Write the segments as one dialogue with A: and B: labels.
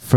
A: for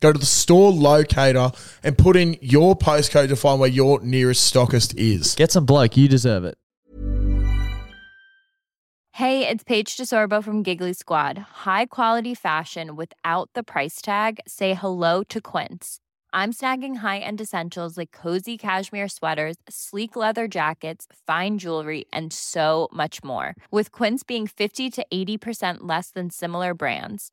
B: go to the store locator and put in your postcode to find where your nearest stockist is.
A: Get some bloke. You deserve it.
C: Hey, it's Paige DeSorbo from Giggly Squad. High quality fashion without the price tag. Say hello to Quince. I'm snagging high-end essentials like cozy cashmere sweaters, sleek leather jackets, fine jewelry, and so much more. With Quince being 50 to 80% less than similar brands.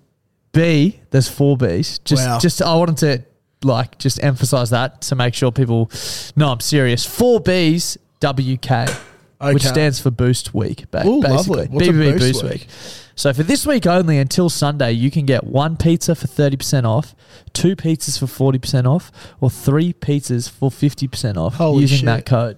A: B, there's four B's. Just,
B: Wow.
A: just I wanted to like just emphasize that to make sure people know I'm serious. Four B's WK, which
B: Okay.
A: stands for Boost Week. Ba-
B: Ooh,
A: basically,
B: lovely. What's a
A: BBB
B: Boost
A: Boost,
B: Week?
A: week? So for this week only, until Sunday, you can get one pizza for thirty percent off, two pizzas for forty percent off, or three pizzas for fifty percent off
B: Holy
A: using
B: shit.
A: that code.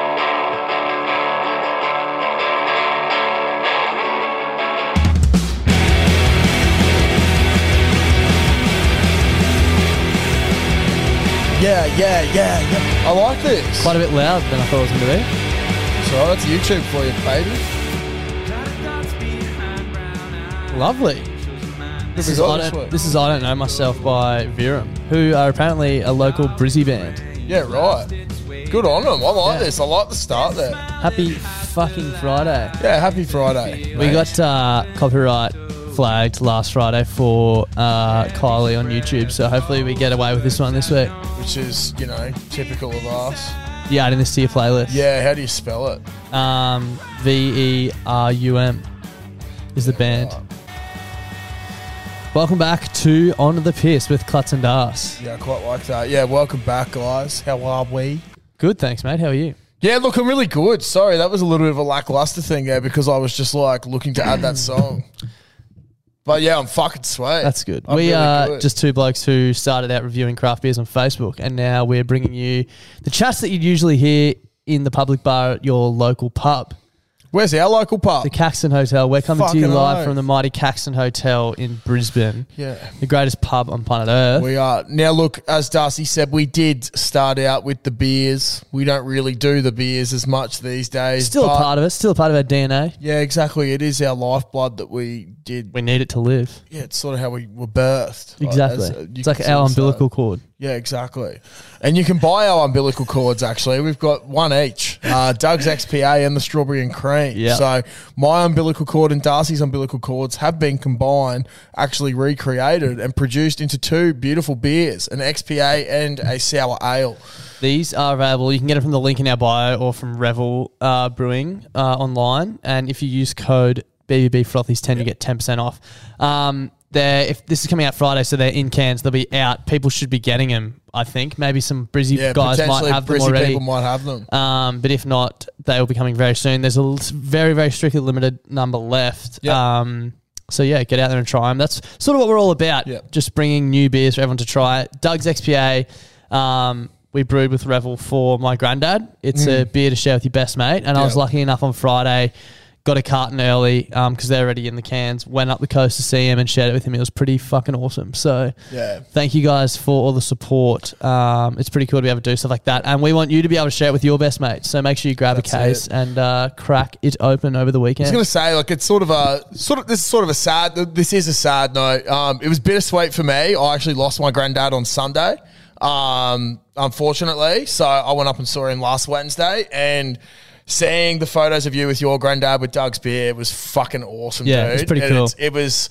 B: Yeah, yeah, yeah, yeah. I like this.
A: Quite a bit louder than I thought it was going to be.
B: so that's YouTube for you, baby.
A: Lovely. This
B: We
A: is,
B: got
A: I
B: this
A: don't,
B: one.
A: this is I Don't Know Myself by Virum, who are apparently a local Brizzy band.
B: Yeah, right. Good on them. I like
A: Yeah.
B: this. I like the start there.
A: Happy fucking Friday.
B: Yeah, happy Friday.
A: We got uh, copyright flagged last Friday for uh, Kylie on YouTube, so hopefully we get away with this one this week.
B: Which is, you know, typical of us.
A: Yeah, adding this to your playlist.
B: Yeah, how do you spell it?
A: Um, v E R U M is the band.
B: Uh,
A: Welcome back to On the Piss with Klutz and Das.
B: Yeah, I quite like that. Yeah, welcome back, guys. How are we?
A: Good, thanks, mate. How are you?
B: Yeah, look, I'm really good. Sorry, that was a little bit of a lackluster thing there because I was just like looking to add that song. But yeah, I'm fucking sweet.
A: That's good.
B: I'm
A: we
B: really
A: are
B: good.
A: just two blokes who started out reviewing craft beers on Facebook, and now we're bringing you the chats that you'd usually hear in the public bar at your local pub.
B: Where's our local pub?
A: The Caxton Hotel. We're coming to
B: Fucking
A: you live
B: oath.
A: from the mighty Caxton Hotel in Brisbane,
B: yeah.
A: the greatest pub on planet Earth.
B: We are. Now, look, as Darcy said, we did start out with the beers. We don't really do the beers as much these days.
A: still
B: but-
A: a part of us, still a part of our DNA.
B: Yeah, exactly. It is our lifeblood that we did.
A: We need it to live.
B: Yeah, it's sort of how we were birthed. like,
A: Exactly.
B: as, uh, you
A: it's like
B: could
A: our
B: sort of say.
A: umbilical cord.
B: Yeah, exactly. And you can buy our umbilical cords, actually. We've got one each uh, Doug's XPA and the strawberry and cream.
A: Yeah.
B: So my umbilical cord and Darcy's umbilical cords have been combined, actually recreated, and produced into two beautiful beers an XPA and a sour ale.
A: These are available. You can get it from the link in our bio or from Revel uh, Brewing uh, online. And if you use code BBB Frothies10, you get 10% off. Um, they're, if this is coming out Friday, so they're in cans, they'll be out. People should be getting them, I think. Maybe some Brizzy
B: Yeah,
A: guys might
B: potentially
A: have them
B: Brizzy
A: already.
B: people might have them.
A: Um, but if not, they will be coming very soon. There's a l- very, very strictly limited number left.
B: Yep.
A: Um, so yeah, get out there and try them. That's sort of what we're all about.
B: Yep.
A: Just bringing new beers for everyone to try. Doug's XPA. Um, we brewed with Revel for my granddad. It's a beer to share with your best mate. And I was
B: Mm. Yep.
A: lucky enough on Friday, got a carton early because they're already in the cans. Went up the coast to see him and shared it with him. It was pretty fucking awesome. So
B: Yeah.
A: Thank you guys for all the support. Um, it's pretty cool to be able to do stuff like that. And we want you to be able to share it with your best mates. So make sure you grab a
B: That's
A: case and uh, crack it open over the
B: I was
A: weekend.
B: gonna say like it's sort of a sort of this is sort of a sad this is a sad note. Um, it was bittersweet for me. I actually lost my granddad on Sunday, um, unfortunately. So I went up and saw him last Wednesday, and seeing the photos of you with your granddad with Doug's beer was fucking awesome.
A: Yeah,
B: dude.
A: it's pretty
B: And
A: cool.
B: it was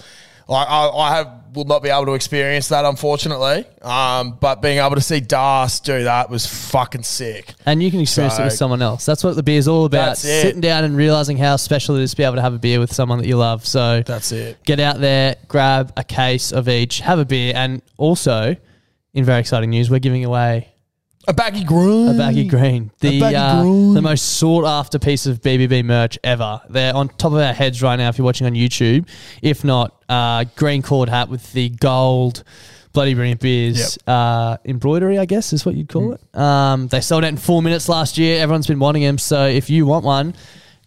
B: like I, I have will not be able to experience that unfortunately. Um, but being able to see Das do that was fucking sick.
A: and you can experience it with
B: So-
A: someone else. That's what the beer is all about.
B: That's it.
A: Sitting down and realizing how special it is to be able to have a beer with someone that you love. So
B: That's it.
A: get out there, grab a case of each, have a beer. And also, in very exciting news, we're giving away
B: A baggy groom.
A: A baggy green. The
B: baggy
A: uh,
B: green.
A: the most sought after piece of BBB merch ever. They're on top of our heads right now if you're watching on YouTube. If not, uh, green cord hat with the gold bloody brilliant beers uh, embroidery, I guess is what you'd call it. Um, they sold out in four minutes last year. Everyone's been wanting them. So if you want one,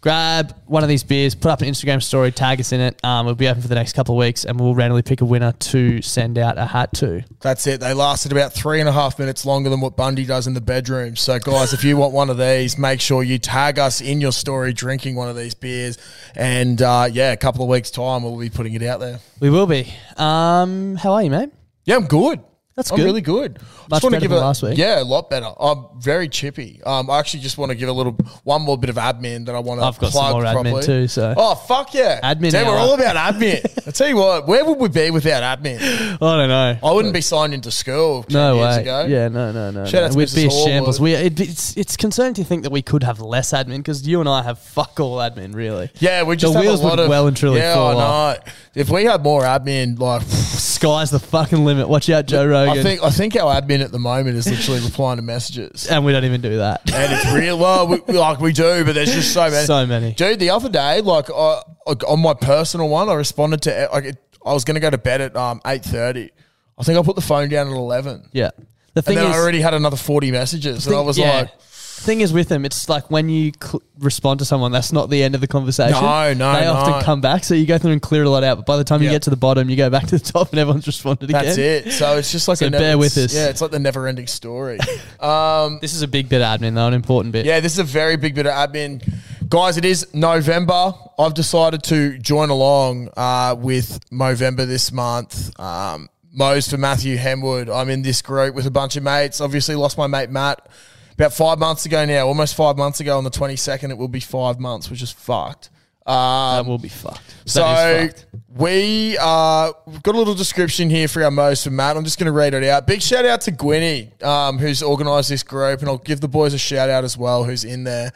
A: grab one of these beers, put up an Instagram story, tag us in it. Um, it'll be open for the next couple of weeks, and we'll randomly pick a winner to send out a hat to.
B: That's it. They lasted about three and a half minutes longer than what Bundy does in the bedroom. So, guys, if you want one of these, make sure you tag us in your story drinking one of these beers. And uh, yeah, a couple of weeks' time, we'll be putting it out there.
A: We will be. Um, how are you, mate?
B: Yeah, I'm good.
A: That's
B: I'm
A: good.
B: really good.
A: Much
B: wanna
A: better than last week.
B: Yeah, a lot better. I'm very chippy. Um, I actually just want to give a little one more bit of admin that I want to.
A: I've got some
B: plug
A: more admin
B: properly.
A: too, so-
B: oh fuck yeah,
A: Admin
B: Damn, we're
A: hour.
B: all about admin. I tell you what, where would we be without admin?
A: I don't know.
B: I wouldn't be signed into school 10
A: No
B: years
A: way.
B: ago.
A: Yeah, no, no, no.
B: Shout
A: no.
B: out to
A: We'd
B: Mrs.
A: be a
B: Hall,
A: shambles.
B: would-
A: We, it, it's, it's concerning to think that we could have less admin because you and I have fuck all admin, really.
B: Yeah, we just
A: the
B: have
A: wheels
B: a lot
A: would
B: of
A: well and truly
B: yeah,
A: fall
B: I
A: off.
B: know. If we had more admin, like
A: Sky's the fucking limit. Watch out, Joe Rogan.
B: I think I think our admin at the moment is literally replying to messages,
A: and we don't even do that.
B: and it's real. Well, we, we- like we do, but there's just so many.
A: So many.
B: dude. The other day, like I, like, on my personal one, I responded to like it, I was going to go to bed at um eight thirty. I think I put the phone down at eleven,
A: yeah. The
B: and
A: thing
B: then
A: is,
B: I already had another forty messages, and I
A: think-
B: was
A: yeah.
B: like.
A: Thing is with them, it's like when you cl- respond to someone, that's not the end of the conversation.
B: No, no,
A: They
B: no.
A: often come back, so you go through and clear a lot out. But by the time
B: Yeah.
A: you get to the bottom, you go back to the top, and everyone's responded again.
B: That's it. So it's just like
A: So
B: a
A: bear with
B: it's-
A: us.
B: Yeah, it's like the never-ending story.
A: This is a big bit of admin, though, an important bit.
B: Yeah, this is a very big bit of admin. Guys, it is November. I've decided to join along uh, with Movember this month. Um, Mo's for Matthew Hemwood. I'm in this group with a bunch of mates. Obviously, lost my mate Matt about five months ago now, almost five months ago on the 22nd. It will be five months, which is fucked. Um,
A: That will be fucked. That
B: so
A: is fucked.
B: we uh, we've got a little description here for our most for Matt. I'm just going to read it out. Big shout out to Gwynny, um, who's organised this group, and I'll give the boys a shout out as well, who's in there.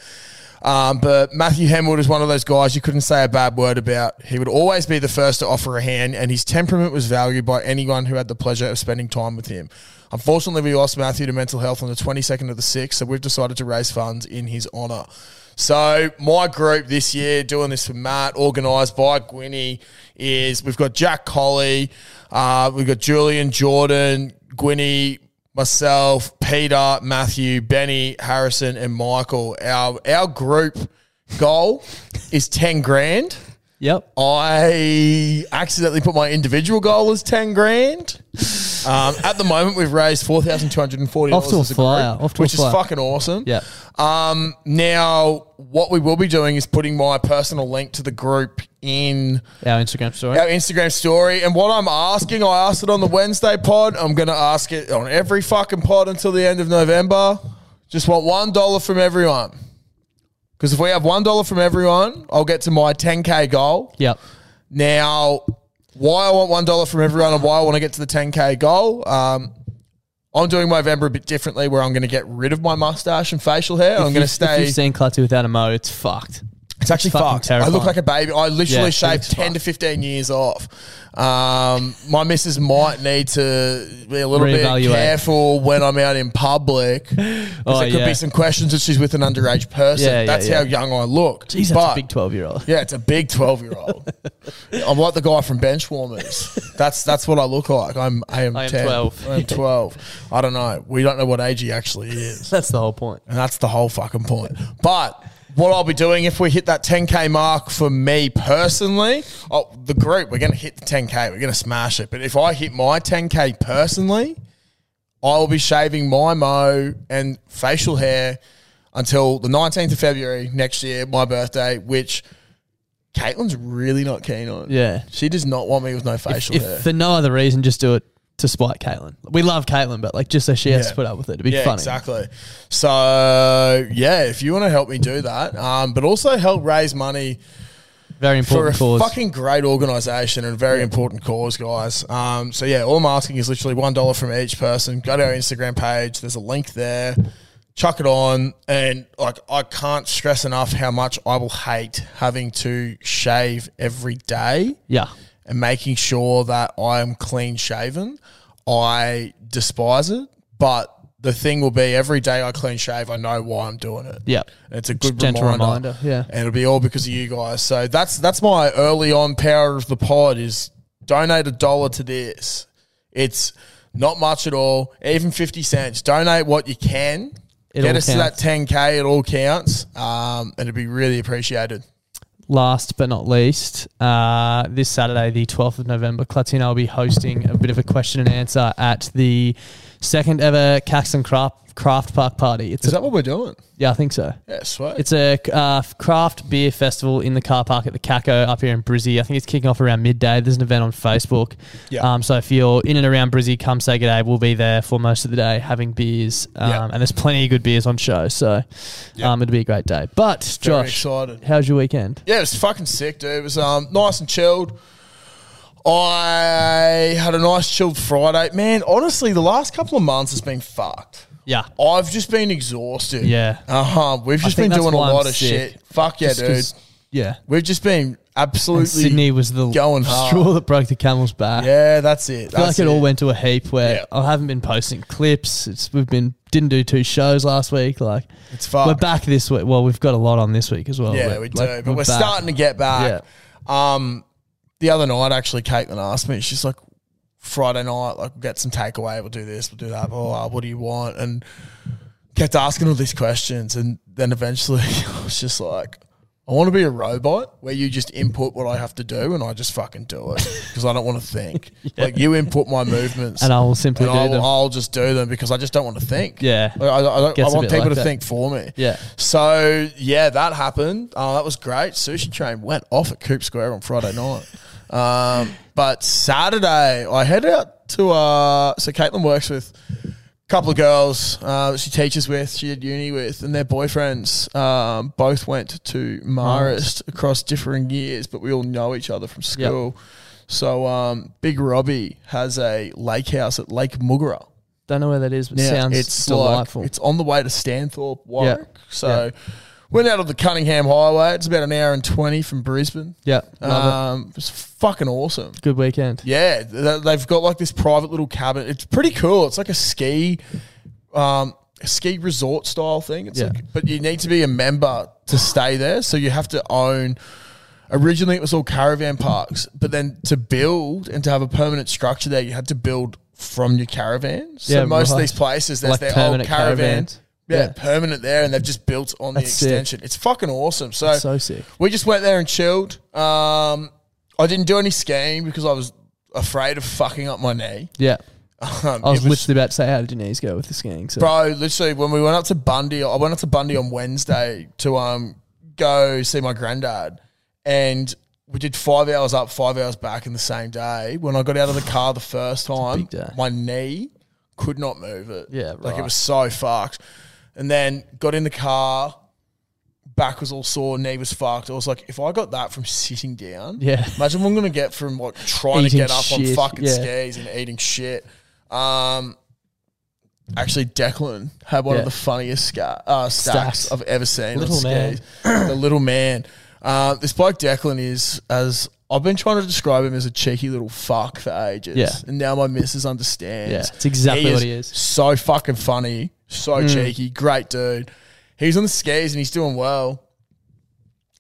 B: Um, but Matthew Hemwood is one of those guys you couldn't say a bad word about. He would always be the first to offer a hand, and his temperament was valued by anyone who had the pleasure of spending time with him. Unfortunately, we lost Matthew to mental health on the 22nd of the 6th, so we've decided to raise funds in his honour. So, my group this year, doing this for Matt, organised by Gwynny, is we've got Jack Colley, uh, we've got Julian Jordan, Gwynny, myself, Peter, Matthew, Benny, Harrison, and Michael. Our our group goal is ten grand.
A: Yep.
B: I accidentally put my individual goal as ten grand. Um, at the moment, we've raised four thousand two hundred and forty
A: Off
B: dollars,
A: to a
B: as a
A: flyer,
B: group,
A: off to a
B: which is
A: flyer.
B: fucking awesome.
A: Yeah.
B: Um, now, what we will be doing is putting my personal link to the group in
A: Our Instagram story.
B: our Instagram story. And what I'm asking, I asked it on the Wednesday pod. I'm going to ask it on every fucking pod until the end of November. Just want one dollar from everyone. Because if we have one dollar from everyone, I'll get to my 10k goal.
A: Yep.
B: Now, why I want one dollar from everyone and why I want to get to the 10k goal. Um, I'm doing Movember a bit differently, where I'm going to get rid of my mustache and facial hair. I'm going to
A: If
B: stay.
A: you've seen Clutty without a mo, it's fucked.
B: It's actually
A: fucking
B: fucked. I
A: terrifying.
B: look like a baby. I literally
A: Yeah,
B: shaved
A: it's
B: 10 to 15 years off. Um, my missus might need to be a little
A: Reevaluate.
B: bit careful when I'm out in public. 'cause
A: Oh,
B: there could
A: yeah.
B: be some questions if she's with an underage person.
A: Yeah, yeah,
B: that's
A: yeah.
B: how young I look.
A: Jeez, that's
B: But-
A: a big 12 year old.
B: Yeah, it's a big 12 year old. I'm like the guy from Benchwarmers. That's that's what I look like. I'm I am,
A: I am
B: 10.
A: 12.
B: I am 12. I don't know. We don't know what age he actually is.
A: That's the whole point.
B: And that's the whole fucking point. But what I'll be doing if we hit that 10K mark for me personally, oh, the group, we're going to hit the 10K. We're going to smash it. But if I hit my 10K personally, I'll be shaving my mo and facial hair until the 19th of February next year, my birthday, which Caitlin's really not keen on.
A: Yeah.
B: She does not want me with no facial
A: If
B: hair.
A: for no other reason, just do it to spite Caitlin. We love Caitlin, but like just so she has
B: Yeah.
A: to put up with it to be
B: yeah,
A: funny.
B: exactly. So yeah, if you want to help me do that, um, but also help raise money
A: Very
B: for a
A: important cause.
B: fucking great organisation and a very important cause, guys. Um, so yeah, all I'm asking is literally one dollar from each person. Go to our Instagram page. There's a link there. Chuck it on, and like I can't stress enough how much I will hate having to shave every day
A: yeah.
B: and making sure that I am clean shaven. I despise it, but the thing will be every day I clean shave, I know why I'm doing it.
A: Yeah.
B: And it's a good
A: Gentle
B: reminder.
A: reminder, yeah.
B: And it'll be all because of you guys. So that's that's my early on power of the pod is donate a dollar to this. It's not much at all, even 50 cents. Donate what you can.
A: It
B: Get
A: all
B: us
A: counts.
B: to that 10K. It all counts. Um, and it'd be really appreciated.
A: Last but not least, uh, this Saturday, the 12th of November, Clutty and I will be hosting a bit of a question and answer at the second ever Caxton Craft, Craft Park Party. It's
B: Is
A: a,
B: that what we're doing?
A: yeah, I think so.
B: Yeah, sweet.
A: It's a uh, craft beer festival in the car park at the Caco up here in Brizzy. I think it's kicking off around midday. There's an event on Facebook.
B: Yeah.
A: Um, so if you're in and around Brizzy, come say good day. We'll be there for most of the day having beers. Um,
B: Yeah.
A: And there's plenty of good beers on show. So um, it'll be a great day. But,
B: Very
A: Josh,
B: excited.
A: how's your weekend?
B: Yeah, it was fucking sick, dude. It was um nice and chilled. I had a nice chilled Friday. Man, honestly, the last couple of months has been fucked.
A: Yeah.
B: I've just been exhausted.
A: Yeah.
B: Uh huh. We've just
A: think
B: been
A: that's
B: doing a
A: why I'm
B: lot of
A: sick.
B: shit. Fuck yeah,
A: Just 'cause-
B: dude.
A: Yeah.
B: We've just been absolutely.
A: Sydney was the
B: going hard.
A: straw that broke the camel's back.
B: Yeah, that's it.
A: I feel
B: That's
A: like it, all went to a heap where
B: Yeah.
A: I haven't been posting clips. It's we've been didn't do two shows last week. Like
B: It's fucked.
A: We're back this week. Well, we've got a lot on this week as well.
B: Yeah,
A: but,
B: we do.
A: like,
B: but we're,
A: back.
B: starting to get back. Um, the other night, actually, Caitlin asked me, she's like, Friday night, like, we'll get some takeaway, we'll do this, we'll do that, blah, blah, blah, what do you want? And kept asking all these questions. And then eventually, I was just like, I want to be a robot where you just input what I have to do and I just fucking do it because I don't want to think. Like, you input my movements.
A: And I will simply
B: and
A: do
B: I'll,
A: them.
B: I'll just do them because I just don't want to think.
A: Yeah.
B: Like, I, I, don't, I
A: Gets a
B: want
A: bit
B: people
A: like
B: to
A: that.
B: think for me.
A: Yeah.
B: So yeah, that happened. Oh, that was great. Sushi train went off at Coop Square on Friday night. Um, but Saturday, I head out to uh, so Caitlin works with a couple of girls uh, that she teaches with, she did uni with, and their boyfriends um, both went to Marist across differing years, but we all know each other from school. So um, Big Robbie has a lake house at Lake Muggera.
A: Don't know where that is, but sounds it's
B: like-
A: delightful.
B: it's on the way to Stanthorpe, Warwick.
A: Yeah.
B: So went out of the Cunningham Highway. It's about an hour and twenty from Brisbane.
A: yeah, love
B: Um, it was fucking awesome.
A: it. Good weekend.
B: Yeah, th- they've got like this private little cabin. It's pretty cool. It's like a ski, um, a ski resort style thing. It's
A: Yeah.
B: like, but you need to be a member to stay there, so you have to own. Originally, it was all caravan parks, but then to build and to have a permanent structure there, you had to build from your caravan. So
A: Yeah,
B: most of
A: right.
B: these places, there's
A: Like
B: their old
A: permanent
B: caravan.
A: caravans.
B: Yeah,
A: Yeah.
B: permanent there, and they've just built on
A: That's
B: the
A: sick.
B: extension. It's fucking awesome. So
A: So sick.
B: we just went there and chilled. Um, I didn't do any skiing because I was afraid of fucking up my knee.
A: Yeah,
B: Um,
A: I was,
B: it
A: literally about to say, how did your knees go with the skiing? So
B: Bro, literally, when we went up to Bundy, I went up to Bundy on Wednesday to um go see my granddad, and we did five hours up, five hours back in the same day. When I got out of the car the first time,
A: big day.
B: my knee could not move it.
A: Yeah,
B: like
A: right.
B: it was so fucked. And then got in the car, back was all sore, knee was fucked. I was like, if I got that from sitting down,
A: Yeah.
B: imagine what I'm gonna get from like trying
A: Eating
B: to get up
A: shit,
B: on fucking
A: yeah.
B: skis and eating shit. Um, Actually, Declan had one
A: Yeah.
B: of the funniest sca- uh, stacks
A: Stacks.
B: I've ever seen.
A: Little
B: on skis. the little man. Uh, this bloke Declan is as I've been trying to describe him as a cheeky little fuck for ages.
A: Yeah.
B: And now my missus understands.
A: Yeah, it's exactly what he is. Mm.
B: So fucking funny, so cheeky, great dude. He's on the skis and he's doing well.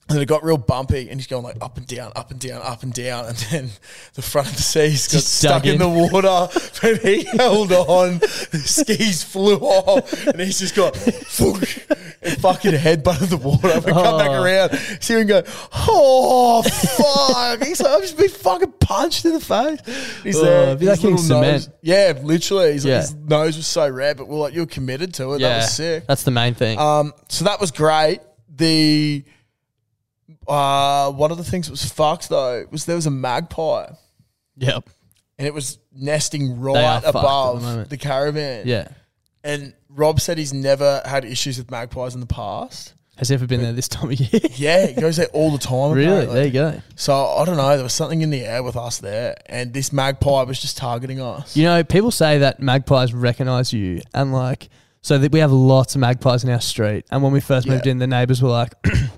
B: And then it got real bumpy, and he's going like up and down, up and down, up and down, and then the front of the seas got
A: Just
B: stuck
A: dug
B: in.
A: in.
B: the water. But he held on, the skis flew off, and he's just got and fucking headbutted the water. We come back
A: Oh.
B: around, see him go, oh fuck! he's like, I've just been fucking punched in the face. He's
A: Oh,
B: there,
A: it'd be
B: his
A: like hitting
B: little nose-
A: cement.
B: Yeah, literally. He's
A: Yeah.
B: like, his nose was so red, but we're like, you're committed to it. That was sick.
A: That's the main thing.
B: Um, so that was great. The uh, one of the things that was fucked though was there was a magpie
A: yep.
B: and it was nesting
A: are
B: right
A: fucked at the
B: above the,
A: moment.
B: caravan.
A: Yeah.
B: And Rob said he's never had issues with magpies in the past.
A: Has he ever been there this time of year?
B: Yeah, he goes there all the time.
A: really?
B: apparently.
A: There you go.
B: So I don't know. There was something in the air with us there, and this magpie was just targeting us.
A: You know, people say that magpies recognize you, and like, so that we have lots of magpies in our street. And when we first moved
B: Yeah.
A: in, the neighbors were like,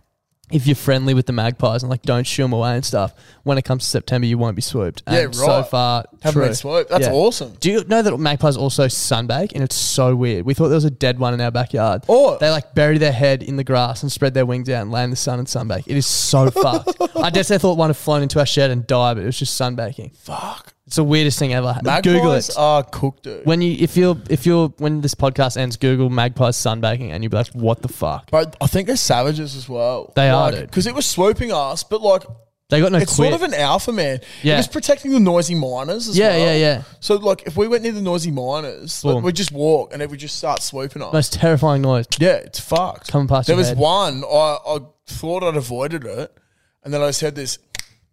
A: if you're friendly with the magpies and like don't shoo them away and stuff, when it comes to September, you won't be swooped. And
B: Yeah, right.
A: So far,
B: Haven't
A: true.
B: been swooped. That's
A: Yeah.
B: awesome.
A: Do you know that magpies also sunbake? And it's so weird. We thought there was a dead one in our backyard.
B: Oh.
A: They like bury their head in the grass and spread their wings out and lay in the sun and sunbake. It is so fucked. I guess they thought one had flown into our shed and died, but it was just sunbaking.
B: Fuck.
A: It's the weirdest thing ever.
B: Magpies
A: Google it.
B: are cooked, dude.
A: When you if you're if you're when this podcast ends, Google magpies sunbaking and you'll be like, what the fuck?
B: But I think they're savages as well.
A: They are, dude.
B: Because it was swooping us, but like
A: They got no
B: it's
A: quit.
B: sort of an alpha man.
A: Yeah.
B: It was protecting the noisy miners as
A: Yeah,
B: well.
A: yeah, yeah.
B: So like if we went near the noisy miners,
A: Boom.
B: like, we'd just walk and it would just start swooping us.
A: most terrifying noise.
B: yeah, it's fucked.
A: Coming past
B: There
A: your
B: was
A: head.
B: one I, I thought I'd avoided it and then I just heard this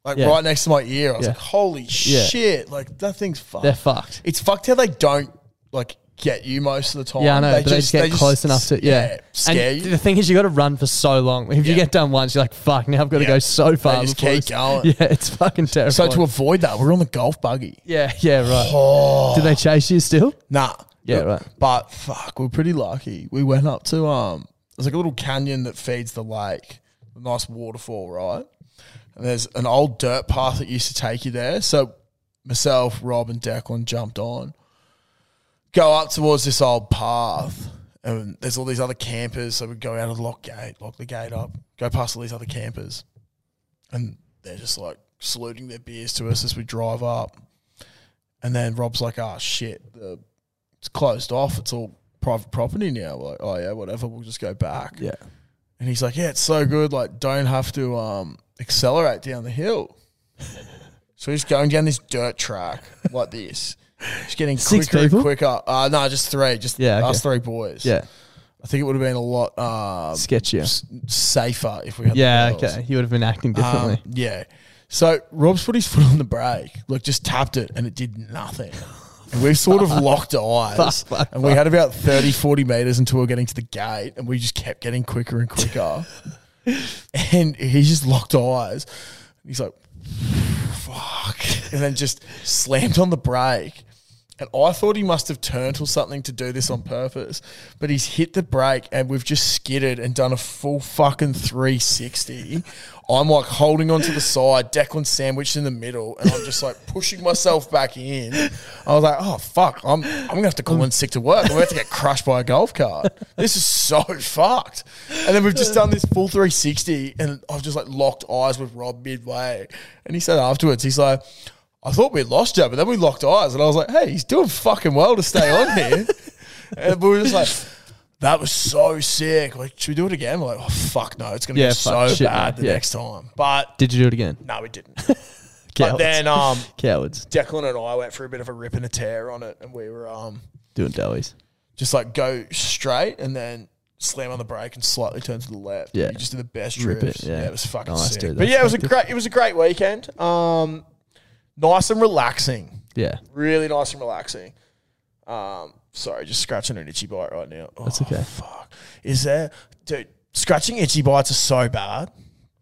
B: like
A: Yeah.
B: right next to my ear. I was
A: Yeah.
B: like, holy
A: Yeah.
B: shit, like that thing's fucked.
A: They're fucked.
B: It's fucked how they don't like get you most of the time.
A: Yeah, I know, but they just get close enough to yeah.
B: scare
A: and
B: you.
A: The thing is, you got to run for so long. If you
B: Yeah.
A: get done once, you're like, "Fuck!" Now I've got to
B: Yeah.
A: go so far.
B: just
A: before
B: keep
A: this-
B: going.
A: Yeah, it's fucking terrifying.
B: So to avoid that, we're on the golf buggy.
A: yeah, yeah, right.
B: Oh.
A: Do they chase you still?
B: Nah.
A: Yeah,
B: But-
A: right.
B: But fuck, we're pretty lucky. We went up to um there's like a little canyon that feeds the lake. A nice waterfall, right? And there's an old dirt path that used to take you there. So myself, Rob and Declan jumped on. Go up towards this old path. And there's all these other campers. So we go out of the lock gate, lock the gate up, go past all these other campers. And they're just like saluting their beers to us as we drive up. And then Rob's like, oh shit, the, it's closed off. It's all private property now. We're like, oh yeah, whatever. We'll just go back.
A: Yeah.
B: And he's like, yeah, it's so good. Like, don't have to um, accelerate down the hill. so he's going down this dirt track like this. He's getting
A: Six
B: quicker
A: people?
B: and quicker. Uh, no, just three. Just
A: Yeah, okay.
B: us three boys.
A: Yeah,
B: I think it would have been a lot uh,
A: sketchier.
B: s- safer if we had the
A: Yeah,
B: girls.
A: okay. You would have been acting differently.
B: Um, yeah. So Rob's put his foot on the brake, like just tapped it, and it did nothing. And we sort of locked eyes.
A: Fuck, fuck,
B: and we had about 30, 40 meters until we were getting to the gate, and we just kept getting quicker and quicker. and he just locked eyes. He's like, fuck. And then just slammed on the brake. And I thought he must have turned or something to do this on purpose, but he's hit the brake and we've just skidded and done a full fucking 360. I'm like holding onto the side, Declan sandwiched in the middle, and I'm just like pushing myself back in. I was like, oh fuck, I'm I'm gonna have to call in sick to work. I'm gonna have to get crushed by a golf cart. This is so fucked. And then we've just done this full 360, and I've just like locked eyes with Rob midway. And he said afterwards, he's like, I thought we lost you, but then we locked eyes, and I was like, "Hey, he's doing fucking well to stay on here." and we were just like, "That was so sick! Like, should we do it again?" We're like, "Oh fuck, no! It's gonna
A: Yeah,
B: be
A: fuck,
B: so
A: shit,
B: bad
A: man.
B: the
A: Yeah.
B: next time." But
A: Did you do it again?
B: no, we didn't. But then um,
A: Cowards.
B: Declan and I went for a bit of a rip and a tear on it, and we were um,
A: Doing doughies.
B: just like go straight and then slam on the brake and slightly turn to the left.
A: Yeah.
B: you just did the best
A: Rip it,
B: trips.
A: yeah.
B: yeah. it was fucking
A: Nice,
B: sick.
A: dude.
B: But
A: That's
B: yeah, it was a
A: fucking-
B: great it was a great weekend. Um, nice and relaxing,
A: Yeah.
B: really nice and relaxing. Um, sorry, just scratching an itchy bite right now. Oh,
A: That's okay.
B: Fuck, is there, dude? Scratching itchy bites are so bad.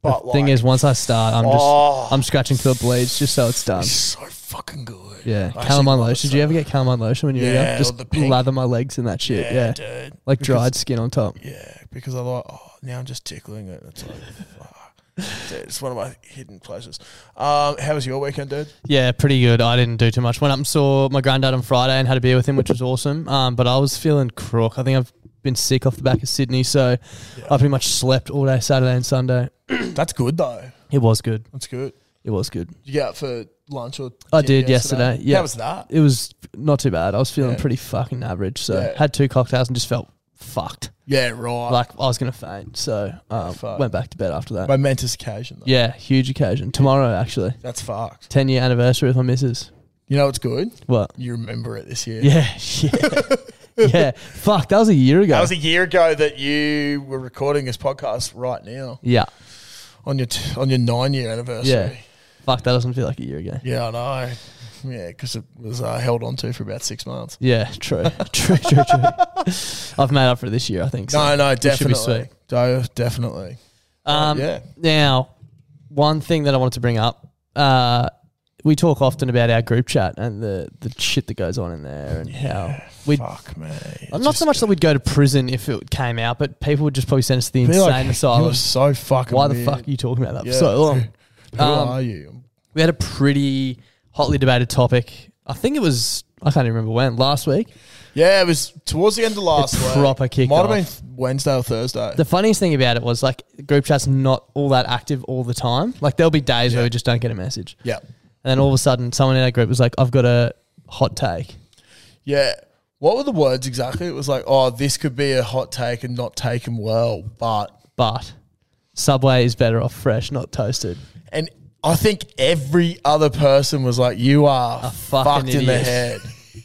B: But like,
A: Thing is, once I start, I'm just
B: Oh.
A: I'm scratching till it bleeds, just so it's done.
B: so fucking good.
A: Yeah,
B: I actually
A: calamine
B: love it
A: lotion.
B: so
A: Did you ever get calamine lotion when you were
B: Yeah,
A: young?
B: or
A: Just
B: the pink.
A: lather my legs in that shit. Yeah,
B: Yeah, dude.
A: like dried skin on top.
B: Yeah, because I like oh now I'm just tickling it. It's like fuck. Dude, it's one of my hidden pleasures. Um, how was your weekend, dude?
A: Yeah, pretty good. I didn't do too much. Went up and saw my granddad on Friday and had a beer with him, which was awesome. Um, but I was feeling crook. I think I've been sick off the back of Sydney, so I pretty much slept all day Saturday and Sunday.
B: That's good though.
A: It was good.
B: That's good.
A: It was good.
B: Did you get out for lunch or?
A: I
B: dinner
A: did yesterday. Yeah,
B: How was that?
A: It was not too bad. I was feeling
B: Yeah.
A: pretty fucking average. So
B: Yeah.
A: had two cocktails and just felt fucked.
B: Yeah, right.
A: Like I was gonna faint. So um,
B: Fuck.
A: went back to bed after that.
B: momentous occasion. Though.
A: Yeah, huge occasion. Tomorrow actually.
B: That's fucked.
A: 10 year anniversary with my missus.
B: You know what's good?
A: What?
B: You remember it this year.
A: Yeah, yeah. yeah. Fuck, that was a year ago.
B: That was a year ago that you were recording this podcast right now
A: yeah.
B: on your t- on your nine year anniversary.
A: Yeah. Fuck, that doesn't feel like a year ago.
B: Yeah, I know. Yeah, because it was uh, held on to for about six months.
A: Yeah, true. true, true, true. I've made up for it this year, I think. So.
B: No, no,
A: should be
B: definitely. Do- Definitely.
A: Um,
B: yeah.
A: Now, one thing that I wanted to bring up, uh, we talk often about our group chat and the, the shit that goes on in there and how we
B: Fuck me.
A: not so much that we'd go to prison if it came out, but people would just probably send us to the insane asylum.
B: You're so fucking.
A: Why the
B: weird.
A: fuck are you talking about that
B: Yeah.
A: for so long?
B: Who
A: Um,
B: are you?
A: we had a pretty hotly debated topic. I think it was I can't even remember when last week.
B: Yeah, it was towards the end of last week.
A: proper kicked
B: Might have
A: off.
B: been th- Wednesday or Thursday.
A: The funniest thing about it was like group chat's not all that active all the time. Like there'll be days where we just don't get a message,
B: yeah,
A: and then all of a sudden someone in our group was like, "I've got a hot take."
B: yeah. What were the words exactly? It was like, oh, this could be a hot take and not taken well, but
A: But Subway is better off fresh, not toasted.
B: and I think every other person was like, you are
A: fucking
B: fucked in the
A: idiot.
B: head.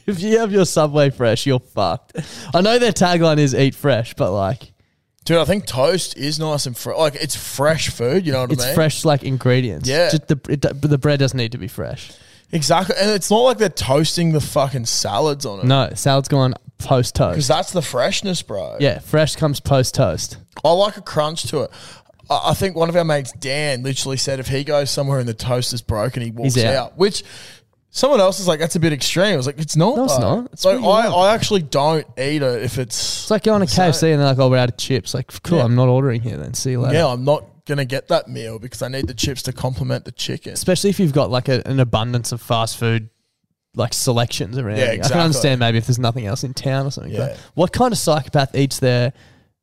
A: If you have your Subway fresh, you're fucked. I know their tagline is "Eat fresh," but like
B: Dude, I think toast is nice and fresh. Like it's fresh food. You know what
A: it's
B: I mean?
A: fresh like ingredients.
B: Yeah.
A: just the it, the bread doesn't need to be fresh.
B: Exactly, and it's not like they're toasting the fucking salads on it.
A: No, salad's gone post toast.
B: Because that's the freshness, bro.
A: Yeah, fresh comes post toast.
B: I like a crunch to it. I I think one of our mates, Dan, literally said if he goes somewhere and the toast is broken, he walks
A: He's out.
B: out. Which someone else is like, that's a bit extreme. I was like, it's not.
A: No, it's
B: though.
A: not. It's
B: like,
A: what
B: I,
A: you
B: I actually don't eat it if it's.
A: It's like going to KFC and they're like, "Oh, we're out of chips." Like, cool,
B: Yeah.
A: I'm not ordering here then. See you later.
B: yeah, I'm not going to get that meal because I need the chips to complement the chicken.
A: Especially if you've got like a, an abundance of fast food like selections around.
B: Yeah,
A: you. I
B: exactly.
A: can understand maybe if there's nothing else in town or something.
B: Yeah.
A: But what kind of psychopath eats their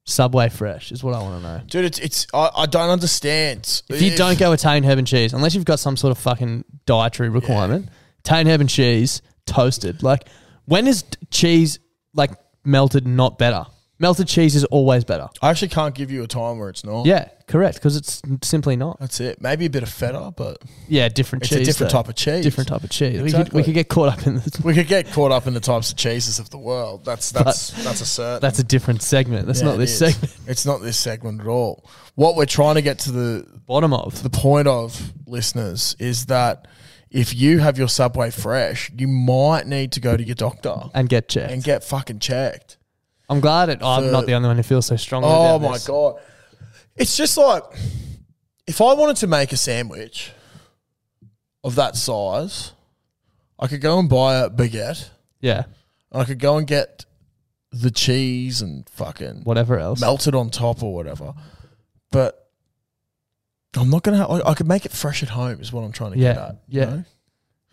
A: Subway fresh is what I want to know.
B: Dude, it's, it's I, I don't understand.
A: If you don't go with Italian herb and cheese, unless you've got some sort of fucking dietary requirement, Italian herb and cheese toasted. Like, when is t- cheese like melted not better? Melted cheese is always better.
B: I actually can't give you a time where it's not.
A: Yeah, correct. Because it's n- simply not.
B: That's it. Maybe a bit of feta, but
A: Yeah, different
B: Uh, It's a
A: cheese.
B: different
A: though.
B: type of cheese.
A: Different type of cheese. We, could,
B: Exactly.
A: we could get caught up in this.
B: we could get caught up in the types of cheeses of the world. That's that's that's a certain.
A: That's a different segment. That's
B: Yeah,
A: not
B: it
A: this
B: is.
A: segment.
B: It's not this segment at all. What we're trying to get to the
A: Bottom of.
B: the point of listeners is that if you have your subway fresh, you might need to go to your doctor
A: And get checked.
B: and get fucking checked.
A: I'm glad it, I'm
B: So-
A: not the only one who feels so strongly
B: Oh
A: about
B: my
A: this.
B: god. It's just like if I wanted to make a sandwich of that size, I could go and buy a baguette
A: Yeah.
B: and I could go and get the cheese and fucking
A: Whatever else.
B: melted on top or whatever. But I'm not gonna. Have, I, I could make it fresh at home. Is what I'm trying to get
A: Yeah,
B: at. you
A: yeah.
B: know?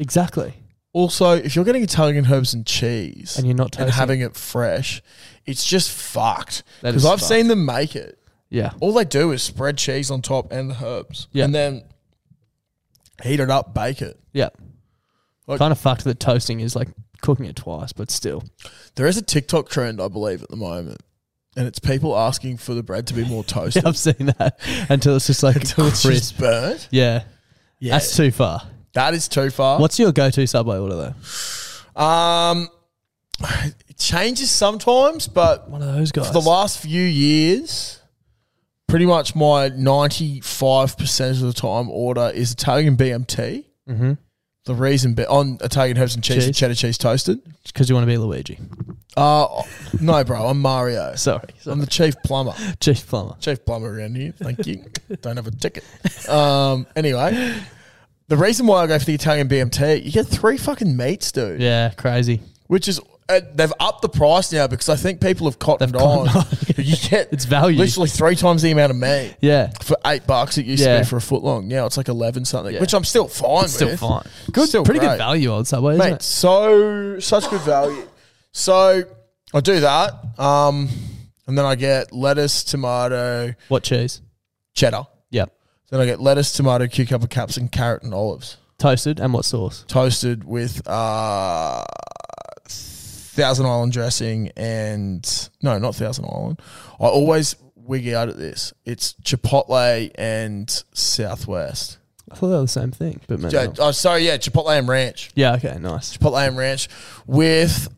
A: Exactly.
B: Also, if you're getting Italian herbs and cheese
A: And you're not
B: and
A: toasting.
B: having it fresh, it's just fucked.
A: That
B: Because
A: is
B: I've
A: fucked.
B: seen them make it.
A: yeah.
B: All they do is spread cheese on top and the herbs,
A: Yeah.
B: and then heat it up, bake it.
A: Yeah.
B: Like-
A: kind of fucked that toasting is like cooking it twice, but still.
B: There is a TikTok trend, I believe, at the moment, and it's people asking for the bread to be more toasted
A: I've seen that until it's just like
B: until it's
A: crisp.
B: just burnt.
A: yeah. That's too far.
B: That is too far.
A: What's your go-to Subway order though?
B: Um, it changes sometimes, but
A: One of those guys.
B: for the last few years, pretty much my 95% of the time order is Italian BMT.
A: mm-hmm.
B: The reason be- on Italian herbs and cheese, and
A: Cheese.
B: cheddar cheese toasted.
A: Because you want to be Luigi.
B: Uh, no, bro, I'm Mario.
A: Sorry,
B: I'm the chief plumber.
A: Chief Plumber.
B: Chief plumber around here. Thank you. Don't have a ticket. Um, anyway, the reason why I go for the Italian BMT, you get three fucking meats, dude.
A: Yeah, crazy.
B: Which is uh, they've upped the price now because I think people have cottoned on. you get
A: It's value.
B: literally three times the amount of meat.
A: Yeah,
B: For eight bucks, it used to
A: Yeah.
B: be for a foot long. Now it's like eleven something,
A: Yeah.
B: which I'm still fine.
A: it's still
B: with.
A: fine. Good,
B: Still
A: pretty
B: great.
A: good value on Subway, isn't
B: mate.
A: it?
B: So such good value. So I do that, um, and then I get lettuce, tomato,
A: What cheese?
B: cheddar.
A: Yeah,
B: Then I get lettuce, tomato, cucumber, capsicum, carrot, and olives
A: toasted and what sauce?
B: toasted with uh, Thousand Island dressing and no, not Thousand Island. I always wig out at this. It's Chipotle and Southwest.
A: I thought they were the same thing, but maybe
B: Yeah,
A: not.
B: oh, sorry, yeah, Chipotle and Ranch.
A: yeah. Okay, nice.
B: Chipotle and Ranch with.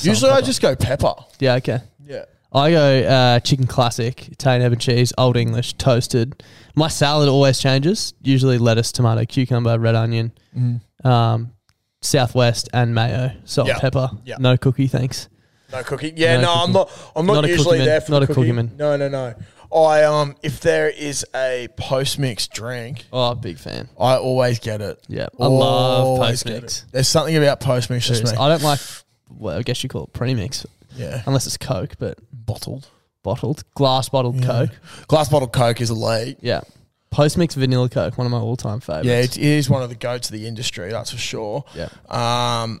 B: usually I
A: pepper.
B: just go pepper.
A: Yeah, okay.
B: Yeah.
A: I go uh, chicken classic, Italian herb and cheese, old English, toasted. My salad always changes. Usually lettuce, tomato, cucumber, red onion, um, southwest, and mayo, salt,
B: Mm. Yeah.
A: pepper.
B: Yeah.
A: No cookie, thanks.
B: No cookie. Yeah,
A: No
B: no,
A: cookie.
B: I'm not. I'm not,
A: Not a
B: usually
A: cookie man.
B: there for
A: Not
B: the
A: a
B: cookie.
A: cookie man.
B: No, no, no. I um, if there is a post mix drink,
A: Oh, big fan.
B: I always get it.
A: Yeah, I love Postmates.
B: Always get it. There's something about Postmates just
A: Seriously,
B: me.
A: I don't like. Well, I guess you call it premix,
B: Yeah,
A: unless it's Coke, but
B: bottled
A: bottled, glass bottled Coke.
B: glass bottled Coke is elite.
A: Yeah, post mix vanilla Coke, one of my all time favorites.
B: Yeah, it is one of the go to the industry. That's for sure.
A: yeah.
B: Um,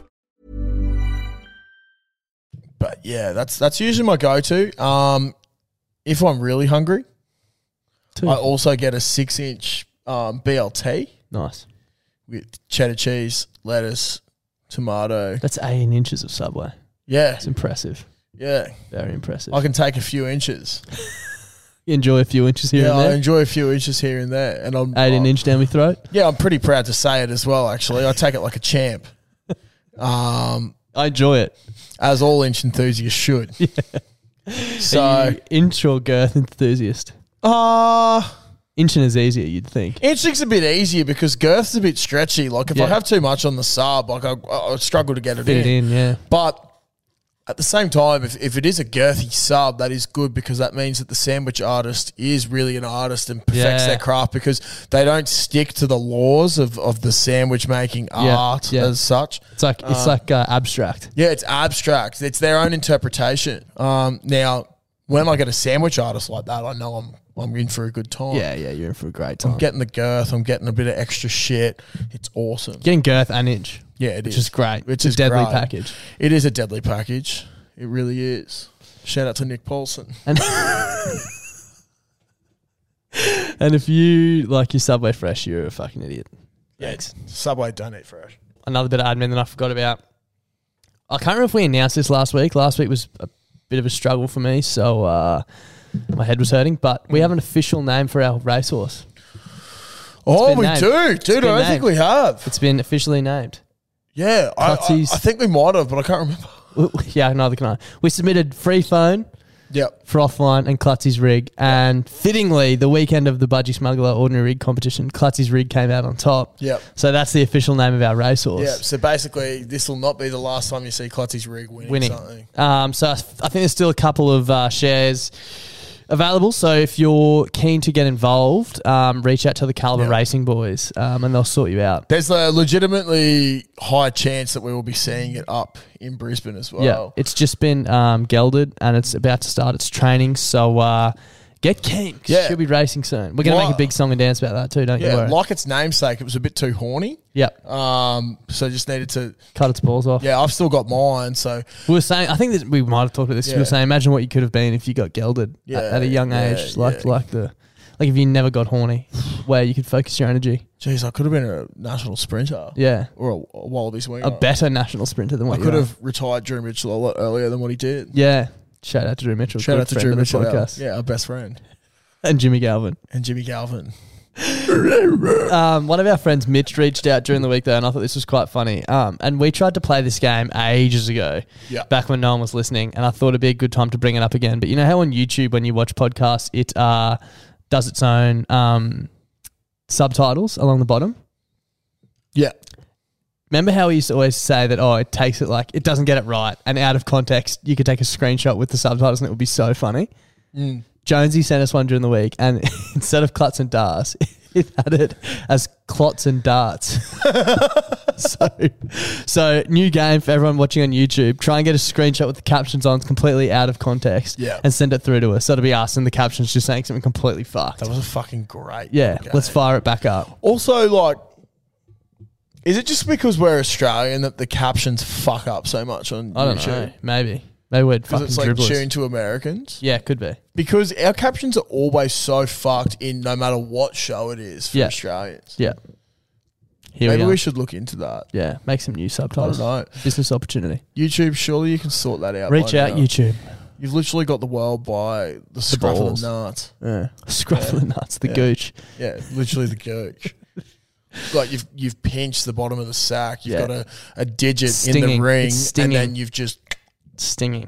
B: but yeah, that's that's usually my go to. Um, if I'm really hungry,
A: Two.
B: I also get a six inch um, BLT
A: nice.
B: with cheddar cheese, lettuce, tomato.
A: That's eighteen inches of Subway.
B: Yeah,
A: It's impressive.
B: yeah.
A: Very impressive.
B: I can take a few inches.
A: enjoy a few inches here
B: Yeah, I
A: and
B: enjoy a few inches here and there, and I'm oh,
A: there. Eighteen
B: I'm-
A: inch down my throat.
B: Yeah, I'm pretty proud to say it as well. Actually, I take it like a champ, Um,
A: I enjoy it.
B: as all inch enthusiasts should.
A: Are
B: So,
A: you inch or girth enthusiast?
B: uh,
A: Inching is easier, you'd think.
B: inching's a bit easier because girth's a bit stretchy. Like if I
A: Yeah.
B: have too much on the sub, like I, I struggle to get it,
A: Fit it
B: in.
A: in, yeah.
B: But at the same time, if, if it is a girthy sub, that is good because that means that the sandwich artist is really an artist and perfects
A: Yeah.
B: their craft because they don't stick to the laws of, of the sandwich making
A: Yeah,
B: art
A: yeah.
B: as such.
A: It's like it's like uh, abstract.
B: Yeah, it's abstract. It's their own interpretation. Um, now, when I get a sandwich artist like that, I know I'm I'm in for a good time.
A: Yeah, yeah, you're in for a great time.
B: I'm getting the girth. I'm getting a bit of extra shit. It's awesome.
A: Getting girth and inch.
B: Yeah, it
A: which
B: is.
A: is great.
B: Which
A: It's a
B: is
A: deadly
B: great.
A: package.
B: It is a deadly package. It really is. Shout out to Nick Paulson.
A: And And if you like your Subway Fresh, you're a fucking idiot.
B: Yeah, it's Subway don't eat fresh.
A: Another bit of admin that I forgot about. I can't remember if we announced this last week. Last week was a bit of a struggle for me, so uh, my head was hurting. But we have an official name for our racehorse.
B: Oh,
A: been
B: we
A: named.
B: do,
A: It's
B: dude. I
A: been
B: don't think
A: named.
B: we have.
A: It's been officially named.
B: yeah, I, I, I
A: Cutties.
B: think we might have, but I can't remember.
A: yeah, neither can I. We submitted free phone,
B: Yep.
A: for offline and Klutzy's rig. And fittingly, the weekend of the Budgie Smuggler Ordinary Rig competition, Klutzy's rig came out on top.
B: Yep.
A: So that's the official name of our racehorse.
B: Yeah, so basically, this will not be the last time you see Klutzy's rig winning,
A: winning.
B: something.
A: Um, so I th- I think there's still a couple of uh, shares available. So if you're keen to get involved, um, reach out to the Caliber Racing Boys um, and they'll sort you out.
B: There's a legitimately high chance that we will be seeing it up in Brisbane as well.
A: Yeah, it's just been um, gelded and it's about to start its training. So uh, get keen. 'cause
B: Yeah.
A: she'll be racing soon. We're gonna
B: Why-
A: make a big song and dance about that too. Don't you
B: Yeah,
A: worry.
B: like its namesake, it was a bit too horny.
A: yep,
B: Um, so just needed to.
A: cut its balls off.
B: Yeah, I've still got mine. So
A: We were saying, I think that we might have talked about this. We
B: Yeah.
A: were saying, imagine what you could have been if you got gelded
B: Yeah,
A: at, at a young
B: yeah,
A: age, like
B: yeah.
A: like the, like if you never got horny, where you could focus your energy.
B: Jeez, I could have been a national sprinter.
A: Yeah,
B: Or a, a Wallabies winger.
A: a better national sprinter than
B: I
A: what you
B: could
A: are.
B: have retired Drew Mitchell a lot earlier than what he did.
A: Yeah, shout out to Drew Mitchell.
B: Shout
A: good
B: out to
A: friend
B: Drew
A: of the
B: Mitchell. our-
A: podcast.
B: Yeah, our best friend.
A: and Jimmy Galvin.
B: And Jimmy Galvin.
A: Um, one of our friends, Mitch, reached out during the week though, and I thought this was quite funny. Um, and we tried to play this game ages ago,
B: Yeah.
A: back when no one was listening, and I thought it'd be a good time to bring it up again. But you know how on YouTube, when you watch podcasts, it uh, does its own um, subtitles along the bottom.
B: Yeah.
A: Remember how we used to always say that, oh, it takes it like, it doesn't get it right. And out of context, you could take a screenshot with the subtitles and it would be so funny.
B: Mm.
A: Jonesy sent us one during the week and instead of Klutz and Darts, it had it as Clots and Darts. so, so, new game for everyone watching on YouTube. Try and get a screenshot with the captions on completely out of context
B: Yeah.
A: and send it through to us. So it'll be us and the captions just saying something completely fucked.
B: That was a fucking great.
A: Yeah,
B: game.
A: let's fire it back up.
B: Also, like, is it just because we're Australian that the captions fuck up so much on
A: I don't
B: YouTube?
A: know. Maybe. Maybe we're
B: Because
A: fucking
B: it's like
A: dribblers.
B: tuned to Americans.
A: Yeah, could be.
B: Because our captions are always so fucked in no matter what show it is for
A: Yeah.
B: Australians.
A: Yeah. Here
B: Maybe
A: we,
B: we,
A: are.
B: should look into that.
A: yeah, make some new subtitles.
B: know.
A: Business opportunity.
B: YouTube, surely you can sort that out.
A: Reach
B: by
A: out
B: now.
A: YouTube.
B: You've literally got the world by the scruff of
A: balls.
B: the nuts.
A: Yeah. Scruffle the nuts, the gooch.
B: Yeah, literally the gooch. Like you've you've pinched the bottom of the sack. You've
A: Yeah.
B: got a, a digit in
A: Stinging.
B: the ring,
A: It's
B: and then
A: stinging.
B: you've just
A: Stinging.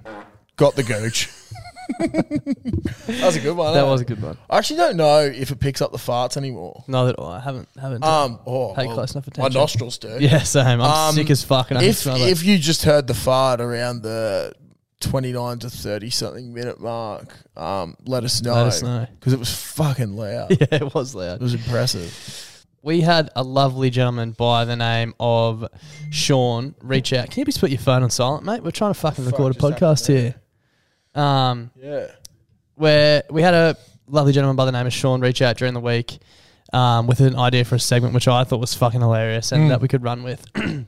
B: got the gooch. that was a good one.
A: That
B: eh?
A: was a good one.
B: I actually don't know if it picks up the farts anymore.
A: No, that I haven't. haven't
B: Um, oh,
A: Pay
B: well,
A: close enough
B: My
A: attention.
B: nostrils do.
A: yeah, same. I'm
B: Um,
A: sick as fuck. And I
B: if
A: can smell
B: if you just heard the fart around the twenty nine to thirty something minute mark, um, let us know.
A: Let us know.
B: because it was fucking loud.
A: it. Yeah, it was
B: It
A: loud.
B: was impressive.
A: We had a lovely gentleman by the name of Sean reach out. Can you please put your phone on silent, mate? We're trying to fucking record a
B: just
A: podcast here. Um,
B: Yeah,
A: where we had a lovely gentleman by the name of Sean reach out during the week um, with an idea for a segment, which I thought was fucking hilarious
B: Mm.
A: and that we could run with.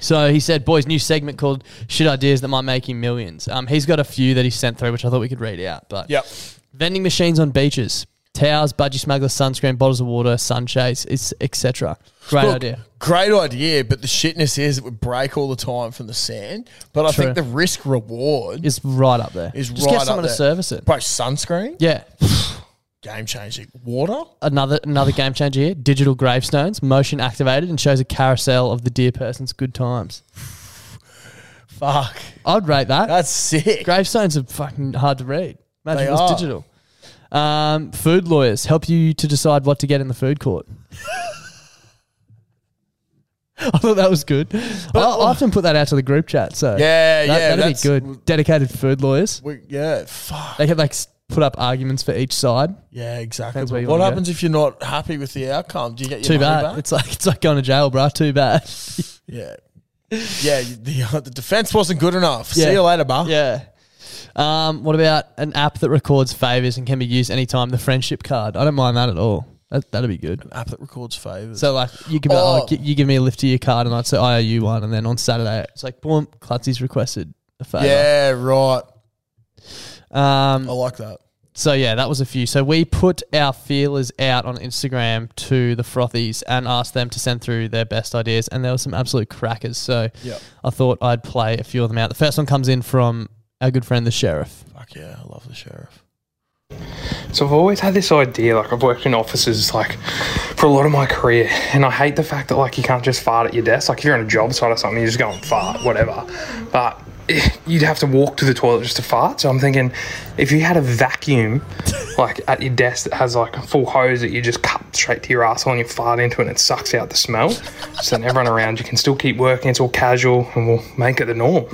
A: so he said, "Boys, new segment called Shit Ideas that might make you millions. Um, he's got a few that he sent through, which I thought we could read out. But
B: Yep.
A: vending machines on beaches, towels, budgie smugglers, sunscreen, bottles of water, sunshades, etc. Great
B: Look,
A: idea.
B: Great idea, but the shitness is it would break all the time from the sand. But I
A: True.
B: think the risk reward is,
A: It's right up there.
B: is
A: Just
B: right
A: get someone
B: up
A: to
B: there.
A: service it.
B: Bro, sunscreen,
A: Yeah,
B: game changing. Water,
A: another another game changer here. Digital gravestones, motion activated, and shows a carousel of the dear person's good times.
B: fuck,
A: I'd rate that.
B: that's sick.
A: gravestones are fucking hard to read. Imagine
B: They
A: it's
B: are.
A: digital. Um, food lawyers help you to decide what to get in the food court. I thought that was good. I'll, I'll often put that out to the group chat. So
B: Yeah,
A: that,
B: yeah,
A: that'd be
B: that's-
A: good. Dedicated food lawyers.
B: We, yeah, fuck.
A: They could like s- put up arguments for each side.
B: Yeah, exactly.
A: Depends where you
B: What
A: wanna go.
B: happens if you're not happy with the outcome? Do you get your
A: Too
B: money
A: bad.
B: back?
A: It's like it's like going to jail, bruh. Too bad.
B: Yeah. Yeah, you- the, the defense wasn't good enough. See
A: Yeah.
B: you later, bar.
A: yeah. Um, what about an app that records favors and can be used anytime? The friendship card. I don't mind that at all. That, that'd be good.
B: App that records favors.
A: So like you give oh.
B: Oh.
A: oh, gi- you give me a lift to your card and I'd say I owe you one and then on Saturday it's like boom, Klutzy's requested a favor.
B: yeah, right. I
A: Um
B: like that.
A: so yeah, that was a few. So we put our feelers out on Instagram to the frothies and asked them to send through their best ideas and there were some absolute crackers. So
B: Yep.
A: I thought I'd play a few of them out. The first one comes in from our good friend the sheriff.
B: Fuck yeah, I love the sheriff.
D: So I've always had this idea, like I've worked in offices like for a lot of my career, and I hate the fact that like you can't just fart at your desk. Like if you're on a job site or something, you just go and fart, whatever. But you'd have to walk to the toilet just to fart. So I'm thinking, if you had a vacuum, like at your desk that has like a full hose that you just cut straight to your asshole and you fart into it and it sucks out the smell, so then everyone around you can still keep working. It's all casual and we'll make it the norm.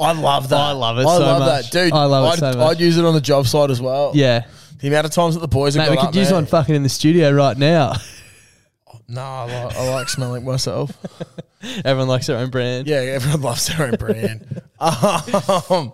B: I love that.
E: I love it
B: I
E: so
B: love
E: much.
B: that, dude.
E: I love it
B: would
E: so much.
B: I'd use it on the job site as well.
A: Yeah.
B: The amount of times that the boys have
A: Mate, we
B: got
A: could
B: up
A: use
B: there.
A: one fucking in the studio right now.
B: No, I like, I like smelling myself.
A: Everyone likes their own brand.
B: Yeah, everyone loves their own brand. um,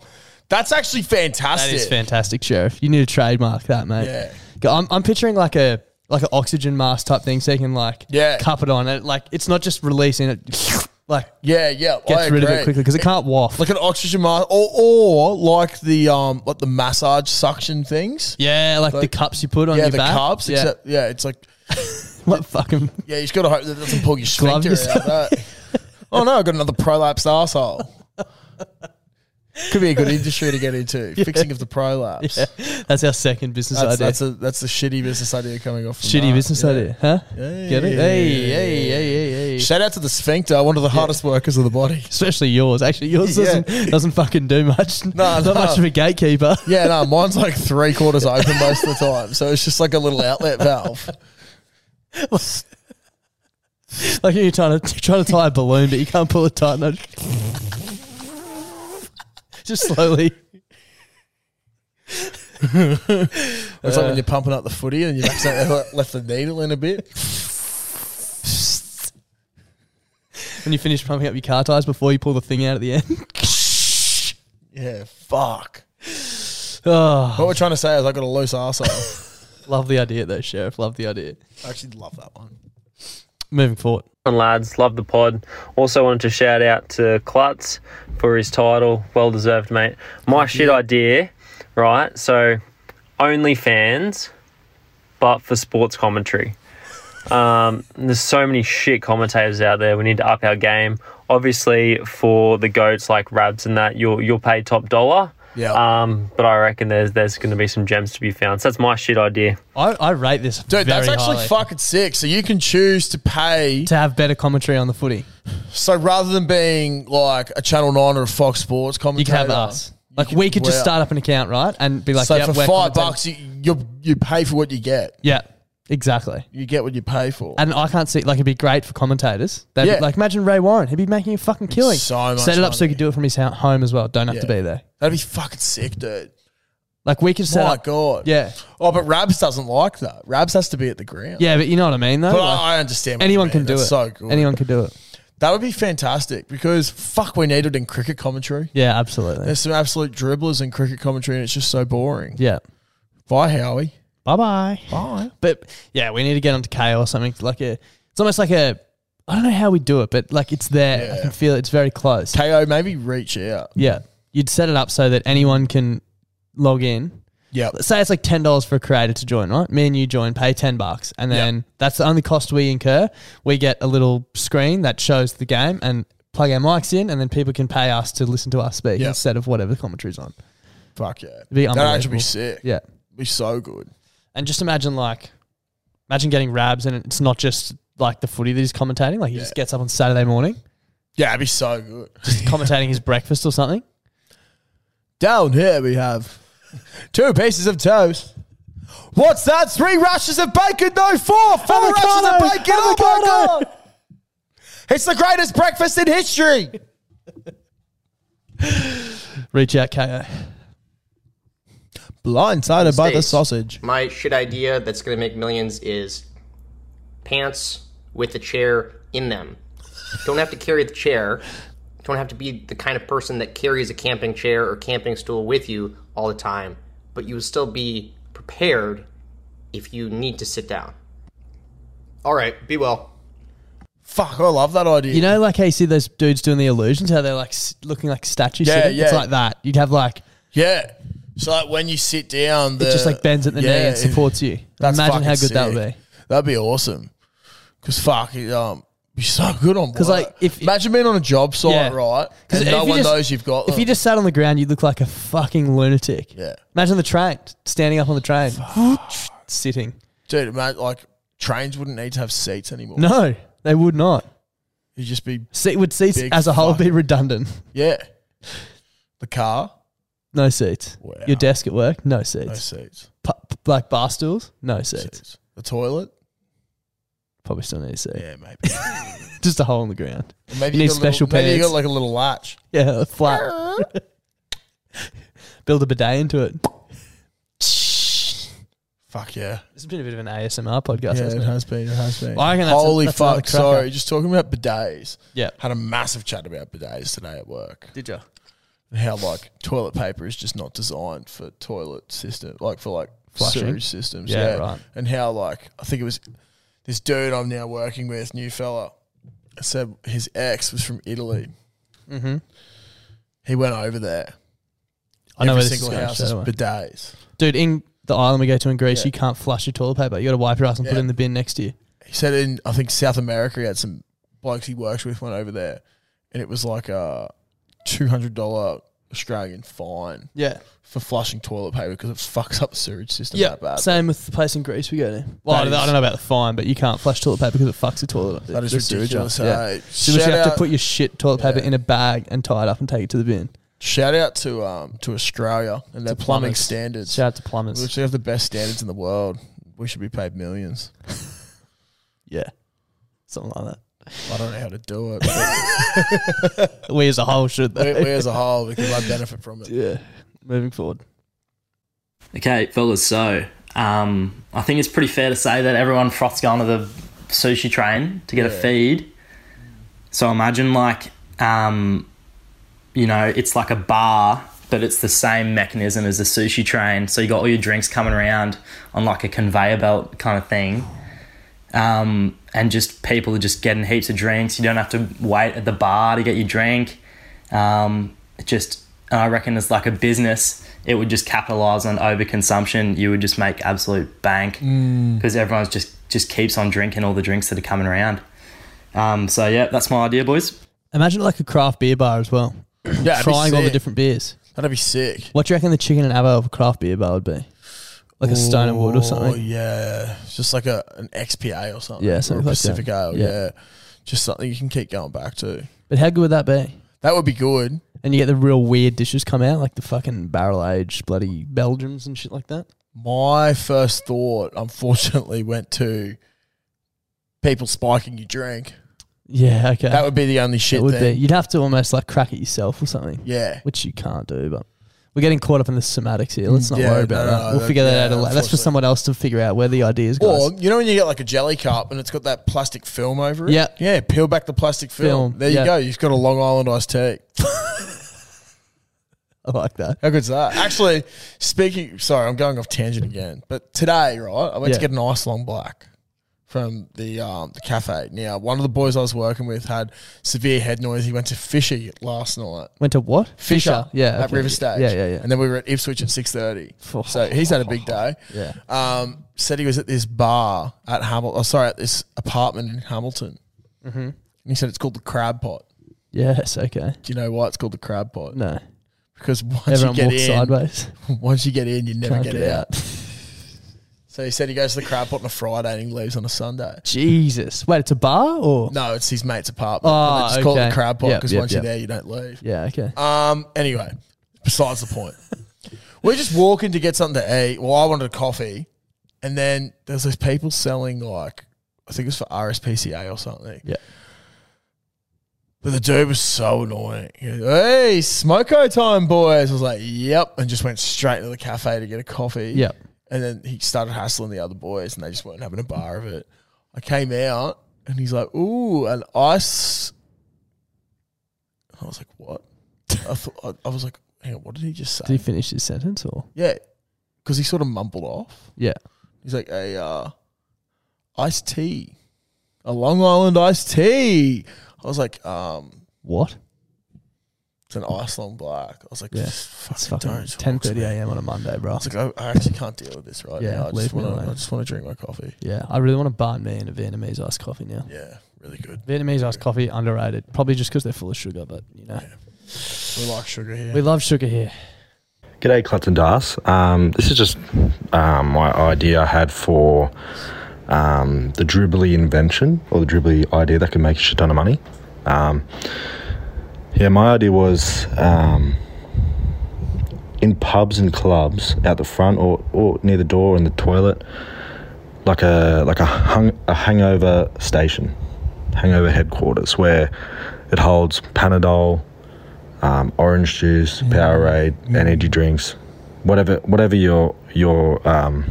B: that's actually fantastic.
A: That is fantastic, Sheriff. You need to trademark that, mate.
B: Yeah.
A: Go- I'm, I'm picturing like a like an oxygen mask type thing, so you can like
B: Yeah.
A: cup it on it. Like it's not just releasing it, like
B: Yeah, yeah. I
A: gets rid of it
B: agree.
A: quickly because it can't waft.
B: Like an oxygen mask, or, or like the um, like the massage suction things.
A: yeah, like,
B: like-
A: the cups you put on
B: yeah,
A: your
B: the
A: back.
B: cups.
A: Yeah,
B: Except, yeah, it's like
A: like fucking
B: yeah, you just got to hope that it doesn't pull your
A: Glove
B: sphincter out. eh? oh no, I got another prolapsed asshole. Could be a good industry to get into fixing of the prolapse.
A: that's our second business
B: That's,
A: idea.
B: that's a that's a shitty business idea coming off. From
A: Shitty
B: that,
A: business
B: yeah.
A: idea, huh? Get it? Hey, hey, hey, hey, hey.
B: Shout out to the sphincter, one of the hardest workers of the body.
A: Especially yours. Actually, yours
B: Yeah.
A: doesn't doesn't fucking do much. not
B: no.
A: much of a gatekeeper.
B: Yeah, no, mine's like three quarters open most of the time, so it's just like a little outlet valve.
A: like you're trying to trying to tie a balloon, but you can't pull it tight enough. Just slowly.
B: It's like when you're pumping up the footy and you accidentally le- left the needle in a bit.
A: When you finish pumping up your car tires before you pull the thing out at the end.
B: Yeah, fuck.
A: Oh,
B: What we're trying to say is I got a loose arsehole.
A: love the idea though, Sheriff. Love the idea.
B: I actually love that one.
A: Moving forward.
F: on, lads. Love the pod. Also wanted to shout out to Klutz for his title. Well deserved, mate. My shit idea, right? So, OnlyFans, but for sports commentary. Um, there's so many shit commentators out there. We need to up our game. Obviously, for the goats like Rabs and that, you'll you'll pay top dollar.
B: Yeah.
A: Uh,
F: Um, but I reckon there's there's going to be some gems to be found. So that's my shit idea.
A: I, I rate this.
B: Dude, that's
A: very
B: actually
A: highly.
B: fucking sick. So you can choose to pay.
A: to have better commentary on the footy.
B: So rather than being like a Channel 9 or a Fox Sports
A: You
B: commentator,
A: can have us. Like we could just
B: wow.
A: start up an account, right? And be like,
B: so
A: yep,
B: for
A: we're
B: five
A: commentating.
B: bucks, you, you you pay for what you get.
A: Yeah. Exactly.
B: You get what you pay for.
A: And I can't see like it'd be great for commentators. They'd be-
B: Yeah.
A: like imagine Ray Warren, he'd be making a fucking killing.
B: so much
A: Set it up so he
B: money.
A: could do it from his ho- home as well. Don't have to
B: Yeah.
A: be there.
B: That'd be fucking sick, dude.
A: Like we could set
B: My
A: up.
B: God.
A: Yeah,
B: Oh, but Rabs doesn't like that. Rabs has to be at the ground.
A: yeah, but you know what I mean, though.
B: But
A: Like,
B: I, I understand. what you
A: anyone
B: mean.
A: can do
B: That's
A: it.
B: So good.
A: Anyone could do it.
B: That would be fantastic because fuck, we need it in cricket commentary.
A: Yeah, absolutely.
B: There's some absolute dribblers in cricket commentary, and it's just so boring.
A: yeah.
B: Bye, Howie.
A: Bye bye.
B: Bye.
A: But yeah, we need to get onto K or something like a. It's almost like a. I don't know how we do it, but like it's there. I can feel it. It's very close.
B: KO, maybe reach out.
A: yeah, you'd set it up so that anyone can log in.
B: Yeah.
A: Say it's like ten dollars for a creator to join, right? Me and you join, pay ten bucks, and then that's the only cost we incur. We get a little screen that shows the game and plug our mics in, and then people can pay us to listen to us speak
B: Yeah.
A: instead of whatever the commentary's on.
B: Fuck yeah.
A: be
B: That'd actually
A: unbelievable.
B: be sick.
A: Yeah.
B: Be so good.
A: And just imagine like, imagine getting rabs and it's not just like the footy that he's commentating. Like he just gets up on Saturday morning,
B: Yeah, it'd be so good.
A: just commentating his breakfast or something.
B: Down here we have two pieces of toast. What's that? Three rashers of bacon? No, four. Four
A: Avocado!
B: rashers of bacon. Oh my god! It's the greatest breakfast in history.
A: Reach out, KO.
B: Blindsided by the
G: States.
B: sausage.
G: My shit idea that's going to make millions is pants with a chair in them. Don't have to carry the chair. Don't have to be the kind of person that carries a camping chair or camping stool with you all the time, but you will still be prepared if you need to sit down. All right, be well.
B: Fuck, I love that idea.
A: You know, like how you see those dudes doing the illusions, how they're like s- looking like statues.
B: Yeah,
A: sitting? It's
B: yeah.
A: like that. You'd have like
B: yeah. So like when you sit down, the,
A: it just like bends at the knee and supports you.
B: That's
A: imagine how good
B: fucking
A: that would
B: sick.
A: be.
B: That'd be awesome. Cause fuck, it, um, be so good on. Because
A: like, if-
B: imagine being on a job site,
A: Yeah.
B: right?
A: 'Cause
B: Because
A: if
B: no
A: you
B: one
A: just-
B: knows you've got.
A: If you
B: them.
A: just sat on the ground, you'd look like a fucking lunatic.
B: Yeah.
A: Imagine the train standing up on the train, sitting.
B: dude, mate, like trains wouldn't need to have seats anymore.
A: No, they would not.
B: You'd just be
A: Seat would seats
B: Big
A: as a whole be
B: fucking-
A: redundant.
B: yeah. The car?
A: No seats. Your desk at work? No seats.
B: No seats.
A: Pu- p- like bar stools? No seats.
B: The toilet?
A: Probably still need a seat.
B: Yeah, maybe.
A: Just a hole in the ground.
B: Or Maybe
A: you need
B: you got a little-
A: special
B: Maybe you
A: pants.
B: got like a little latch.
A: yeah, a flat. Build a bidet into it.
B: Fuck yeah.
A: This has been a bit of an ASMR podcast.
B: Yeah,
A: hasn't
B: it has been. It has been.
A: I reckon that's a-
B: Holy
A: that's another
B: fuck!
A: cracker.
B: Sorry, just talking about bidets.
A: Yeah.
B: had a massive chat about bidets today at work.
A: Did you?
B: And How like toilet paper is just not designed for toilet system, like for like
A: Flushing?
B: sewage systems.
A: Yeah, right.
B: And how like I think it was this dude I'm now working with, new fella, said his ex was from Italy.
A: Mm-hmm.
B: He went over there.
A: I know
B: Every
A: where this is
B: single
A: going,
B: house
A: so
B: is
A: don't worry.
B: bidets.
A: Dude, in the island we go to in Greece,
B: Yeah.
A: you can't flush your toilet paper. You got to wipe your ass and put
B: Yeah.
A: it in the bin next to you.
B: he said in I think South America he had some blokes he works with went over there, and it was like a two hundred dollar Australian fine
A: Yeah.
B: for flushing toilet paper because it fucks up the sewage system that
A: Yeah.
B: bad.
A: Same with the place in Greece we go to. Well, I
B: That
A: don't- I
B: is-
A: don't know about the fine, but you can't flush toilet paper because it fucks the toilet. up.
B: That is
A: It's
B: ridiculous. Hey,
A: So you
B: shout
A: have to
B: out-
A: put your shit toilet paper in a bag and tie it up and take it to the bin.
B: Shout out to um to Australia and their plumbing
A: plumbers.
B: standards.
A: Shout out to
B: we
A: plumbers.
B: actually have the best standards in the world. We should be paid millions.
A: Yeah. Something like
B: I don't know how to do it. But
A: that. We as a whole should,
B: we,
A: though.
B: we as a whole, because I benefit from it.
A: yeah. Moving forward.
H: Okay, fellas. So um, I think it's pretty fair to say that everyone froths going to the sushi train to get a feed. So imagine like um, you know it's like a bar, but it's the same mechanism as the sushi train. So you got all your drinks coming around on like a conveyor belt kind of thing. Um, and just people are just getting heaps of drinks. You don't have to wait at the bar to get your drink. Um, it just, and I reckon as like a business, it would just capitalize on overconsumption. You would just make absolute bank because everyone's just just keeps on drinking all the drinks that are coming around. Um, so yeah, that's my idea, boys.
A: Imagine like a craft beer bar as well.
B: Yeah,
A: Trying all the different beers.
B: That'd be sick.
A: What do you reckon the chicken and avo of a craft beer bar would be? Like a stone and wood or
B: Oh
A: something.
B: yeah, It's just like a an XPA or something.
A: Yeah,
B: or
A: something
B: a
A: like that.
B: Pacific Ale.
A: Yeah.
B: Yeah. just something you can keep going back to.
A: But how good would that be?
B: That would be good.
A: And you get the real weird dishes come out, like the fucking barrel aged bloody Belgians and shit like that.
B: My first thought, unfortunately, went to people spiking your drink.
A: Yeah, okay.
B: That would be the only shit.
A: It would
B: then.
A: be. You'd have to almost like crack it yourself or something.
B: Yeah.
A: Which you can't do, but we're getting caught up in the somatics here. Let's not
B: Yeah,
A: worry about
B: no,
A: that.
B: no,
A: We'll
B: that-
A: figure that
B: yeah,
A: out. later. That's for
B: unfortunately.
A: someone else to figure out where the ideas go.
B: Or you know when you get like a jelly cup and it's got that plastic film over it.
A: Yeah.
B: yeah. Peel back the plastic film.
A: Film,
B: There
A: yeah.
B: you go. You've got a Long Island iced tea.
A: I like that.
B: How good's that? Actually, speaking. Sorry, I'm going off tangent again. But today, right, I went
A: Yeah.
B: to get an ice long black from the um, the cafe. Now, one of the boys I was working with had severe head noise. He went to Fisher last night.
A: Went to what? Yeah.
B: at
A: okay.
B: River Stage.
A: Yeah, yeah, yeah.
B: And then we were at Ipswich at six thirty. so he's had a big day.
A: Yeah.
B: Um, said he was at this bar at Hamilton. Oh, sorry, at this apartment in Hamilton.
A: Mm-hmm.
B: And he said it's called the Crab Pot.
A: Yes, okay.
B: Do you know why it's called the Crab Pot?
A: No.
B: Because once
A: Everyone
B: you get
A: walks
B: in,
A: sideways.
B: once you get in, you never
A: Can't
B: get, out. So he said he goes to the crab pot on a Friday and he leaves on a Sunday.
A: Jesus. Wait, it's a bar or?
B: No, it's his mate's apartment.
A: Ah,
B: but they just call it
A: okay.
B: the crab pot
A: Yep,
B: because
A: yep,
B: once
A: yep.
B: you're there, you don't leave.
A: Yeah, okay.
B: Um. Anyway, besides the point, we're just walking to get something to eat. Well, I wanted a coffee, and then there's those people selling like I think it was for RSPCA or something.
A: Yeah.
B: But the dude was so annoying. He goes, hey, smoko time, boys. I was like, yep, and just went straight to the cafe to get a coffee.
A: Yep.
B: And then he started hassling the other boys, and they just weren't having a bar of it. I came out, and he's like, ooh, an ice. I was like, what? I thought I, I was like, hang on, what did he just say?
A: Did he finish his sentence or?
B: yeah, because he sort of mumbled off.
A: Yeah.
B: He's like, a uh, iced tea, a Long Island iced tea. I was like, um,
A: What?
B: it's an ice long black. I was like,
A: Yeah. It's
B: fucking,
A: fucking
B: don't. talk to
A: 10.30
B: me.
A: a.m. on a Monday, bro.
B: I was like, I, I actually can't deal with this right
A: Yeah,
B: now. I
A: leave
B: just
A: me
B: want
A: alone.
B: to, I just want to drink my coffee.
A: Yeah, I really want a banh mi and a Vietnamese iced coffee now.
B: Yeah, really good.
A: Vietnamese iced coffee underrated, probably just because they're full of sugar. But you know,
B: We like sugar here.
A: we love sugar here.
I: G'day, Klutz and Das. Um, this is just um, my idea I had for um, the Dribbly invention or the Dribbly idea that could make a shit ton of money. Um, Yeah, my idea was um, in pubs and clubs out the front or, or near the door in the toilet, like a like a hung, a hangover station, hangover headquarters where it holds Panadol, um, orange juice, Powerade, energy drinks, whatever whatever your your um,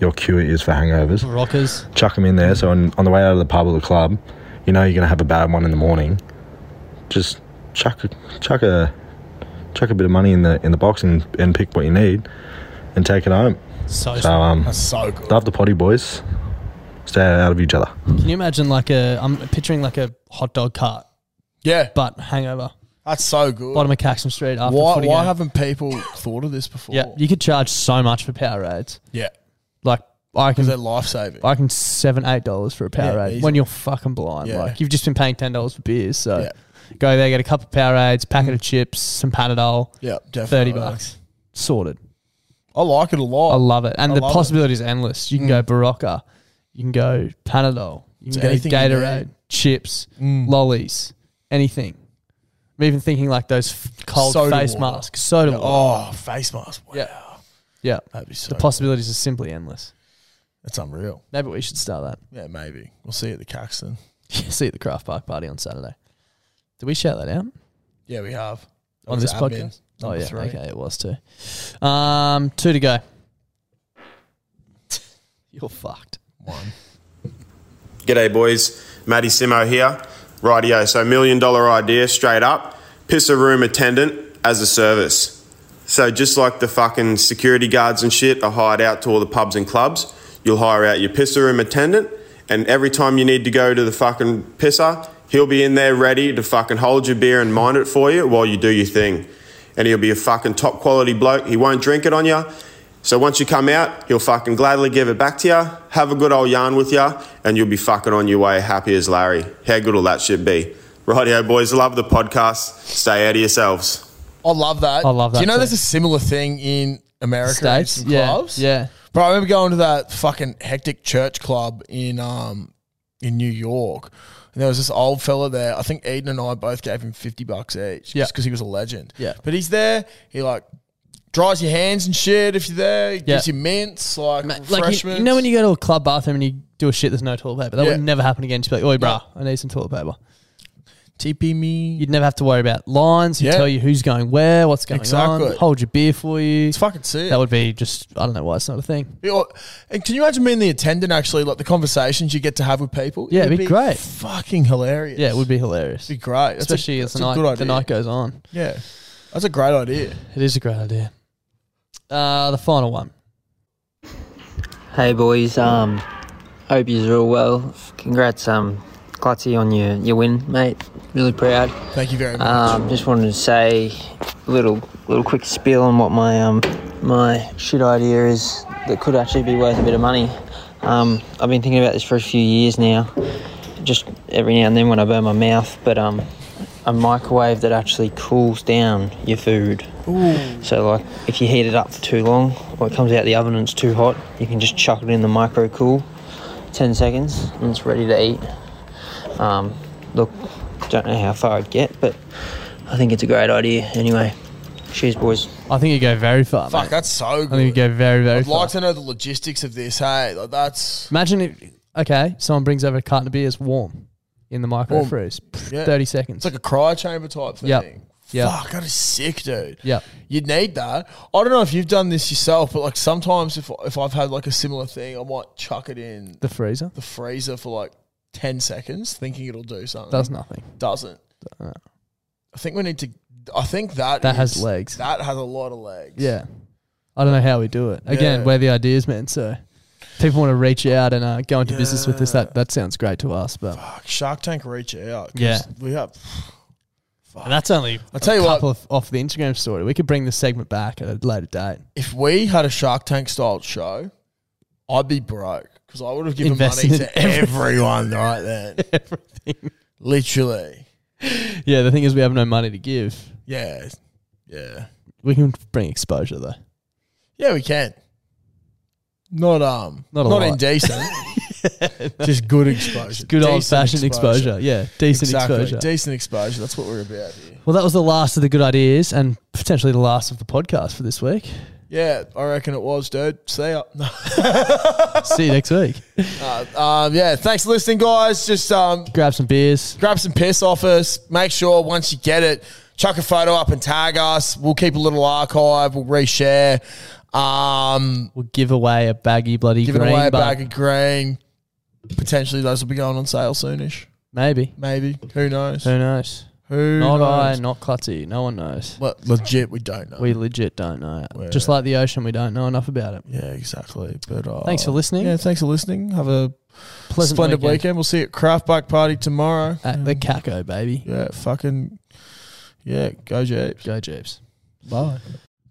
I: your cure is for hangovers.
A: Rockers.
I: Chuck them in there. So on, on the way out of the pub or the club, you know you're gonna have a bad one in the morning. Just chuck a- chuck a chuck a bit of money in the in the box and, and pick what you need, and take it home.
A: So smart.
I: um,
A: That's so good.
I: Love the potty boys. Stay out of each other.
A: Can you imagine like a? I'm picturing like a hot dog cart.
B: Yeah,
A: but hangover.
B: That's so good.
A: Bottom of Caxton Street after.
B: why
A: footy
B: why
A: game.
B: haven't people thought of this before?
A: Yeah, you could charge so much for Powerades.
B: Yeah.
A: Like I can
B: they're life saving.
A: Hmm. I can seven eight dollars for a
B: Yeah,
A: Powerade
B: easily.
A: when you're fucking blind.
B: Yeah.
A: Like you've just been paying ten dollars for beers. So go there, get a couple of Powerades, packet of chips, some Panadol.
B: Yeah, definitely.
A: thirty bucks, sorted.
B: I like it a lot.
A: I love it, and
B: Oh, I
A: the
B: love it. Mm.
A: possibilities are endless. You can go Barocca, you can go Panadol, you
B: It's
A: can go
B: anything Mm. you
A: Gatorade,
B: need.
A: chips, lollies, anything. I'm even thinking like those f- cold
B: Soda
A: face
B: water.
A: masks, soda
B: Yeah.
A: water.
B: Oh, face mask. Wow. Yeah.
A: Yeah,
B: That'd be so
A: the
B: good.
A: possibilities are simply endless.
B: That's unreal.
A: Maybe we should start that.
B: Yeah, maybe. We'll see you at the Caxton.
A: See you at the craft park party on Saturday. Did we shout that out
B: Yeah, we have. That
A: on
B: was
A: this
B: admin,
A: podcast? Oh
B: number
A: yeah,
B: three.
A: okay, it was too. Um, two to go. You're fucked.
J: G'day, boys. Matty Simo here. Rightio. So, million dollar idea straight up. Piss a room attendant as a service. So, just like the fucking security guards and shit are hired out to all the pubs and clubs, you'll hire out your pisser room attendant, and every time you need to go to the fucking pisser, he'll be in there ready to fucking hold your beer and mind it for you while you do your thing. And he'll be a fucking top quality bloke. He won't drink it on you. So once you come out, he'll fucking gladly give it back to you, have a good old yarn with you, and you'll be fucking on your way happy as Larry. How good will that shit be? Rightio, boys. Love the podcast. Stay out of yourselves.
B: I love that.
J: I love
B: Do you
J: that
B: know
J: too.
B: there's a similar thing in America
A: States?
B: in some
A: Yeah,
B: clubs?
A: yeah.
B: But I remember going to that fucking hectic church club in um in New York. And there was this old fella there. I think Eden and I both gave him fifty bucks each.
A: Yeah.
B: Just because he was a legend.
A: Yeah.
B: But he's there, he like dries your hands and shit if you're there. He gives
A: Yeah.
B: you mints, like,
A: Like you,
B: refreshments.
A: you know when you go to a club bathroom and you do a shit, there's no toilet paper. That
B: Yeah.
A: would never happen again. Just be like, "Oi, brah, I need some toilet paper." TP me. You'd never have to worry about lines. He'd
B: Yeah.
A: tell you who's going where, what's going on.
B: Exactly.
A: Hold your beer for you. It's
B: fucking sick.
A: That would be just. I don't know why it's not a thing.
B: Yeah, or- And can you imagine being the attendant actually, like the conversations you get to have with people?
A: Yeah, it'd
B: It'd
A: be, great.
B: Fucking hilarious.
A: Yeah, it would be hilarious.
B: It'd be great. That's a-
A: especially as the
B: that's
A: night
B: a good
A: the
B: idea.
A: night goes on.
B: Yeah. That's a great idea.
A: It is a great idea. Uh, the final one.
K: Hey boys, um, hope you're all well. Congrats, um, Clutzy on your, your win, mate. Really proud.
B: Thank you very much.
K: Um, just wanted to say a little little quick spiel on what my um my shit idea is that could actually be worth a bit of money. Um, I've been thinking about this for a few years now. Just every now and then when I burn my mouth, but um, a microwave that actually cools down your food. So like if you heat it up for too long or it comes out the oven and it's too hot, you can just chuck it in the micro cool, 10 seconds, and it's ready to eat. Um, look, don't know how far I'd get, but I think it's a great idea. Anyway, cheers, boys.
A: I think you go very far.
B: Fuck,
A: mate.
B: that's so
A: I think you
B: good.
A: go very very
B: I'd
A: far.
B: like to know the logistics of this. Hey, like that's
A: Imagine if okay, someone brings over a carton of beers warm in the micro
B: Warm.
A: freeze. Pff,
B: yeah.
A: Thirty seconds.
B: It's like a cryo chamber type thing.
A: Yep. Yep.
B: Fuck, that is sick, dude.
A: Yep.
B: You'd need that. I don't know if you've done this yourself, but like sometimes if if I've had like a similar thing, I might chuck it in
A: The freezer?
B: the freezer for like ten seconds, thinking it'll do something.
A: Does nothing.
B: Doesn't.
A: Uh,
B: I think we need to. I think that
A: That has
B: is-
A: legs.
B: That has a lot of legs.
A: Yeah. I don't know how we do it. Again,
B: Yeah.
A: where the ideas meant. So people want to reach out and uh, go into business with us. That that sounds great to us, but
B: Shark Tank reach out. 'cause
A: Yeah.
B: We have.
A: And that's only
B: I'll tell
A: a
B: you what.
A: couple of off the Instagram story. We could bring this segment back at a later date.
B: If we had a Shark Tank style show, I'd be broke because I would have given
A: Invested
B: money
A: in
B: to
A: everything.
B: everyone right then.
A: Everything.
B: Literally.
A: Yeah, the thing is we have no money to give.
B: Yeah. Yeah.
A: We can bring exposure though.
B: Yeah, we can. Not um
A: Not
B: not,
A: a lot.
B: indecent. Just good exposure.
L: Good
B: Decent
L: old-fashioned exposure. Yeah, decent
B: Exactly.
L: exposure.
B: Decent exposure. That's what we're about here.
L: Well, that was the last of the good ideas and potentially the last of the podcast for this week.
B: Yeah, I reckon it was, dude. See ya.
L: See you next week.
B: Uh, um, yeah, thanks for listening, guys. Just um,
L: grab some beers,
B: grab some piss off us. Make sure once you get it, chuck a photo up and tag us. We'll keep a little archive. We'll reshare. Um,
L: we'll give away a baggy bloody
B: giving
L: green
B: away a
L: bug.
B: bag of green. Potentially, those will be going on sale soonish.
L: Maybe.
B: Maybe. Who knows?
L: Who knows?
B: Who
L: Not
B: knows?
L: I, not Clutzy. No one knows.
B: What legit? We don't know.
L: We legit don't know. Just like the ocean, we don't know enough about it.
B: Yeah, exactly. But uh,
L: thanks for listening.
B: Yeah, thanks for listening. Have a
L: Pleasant
B: splendid
L: weekend.
B: weekend. We'll see you at Craft Bike Party tomorrow
L: at the Caco, baby.
B: Yeah, fucking yeah. Go Jeeps.
L: Go Jeeps. Bye.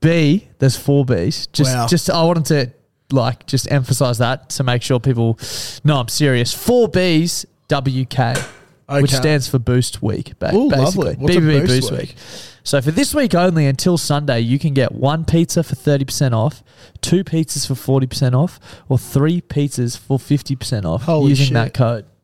A: B, there's four B's. Just,
B: Wow.
A: just I wanted to like just emphasize that to make sure people know I'm serious. Four B's WK, which
B: Okay.
A: stands for Boost Week. Ba-
B: Ooh,
A: basically,
B: lovely. What's a
A: BBB
B: Boost
A: Boost
B: Week?
A: Week. So for this week only until Sunday, you can get one pizza for thirty percent off, two pizzas for forty percent off, or three pizzas for fifty percent off
B: Holy
A: using
B: shit.
A: that code.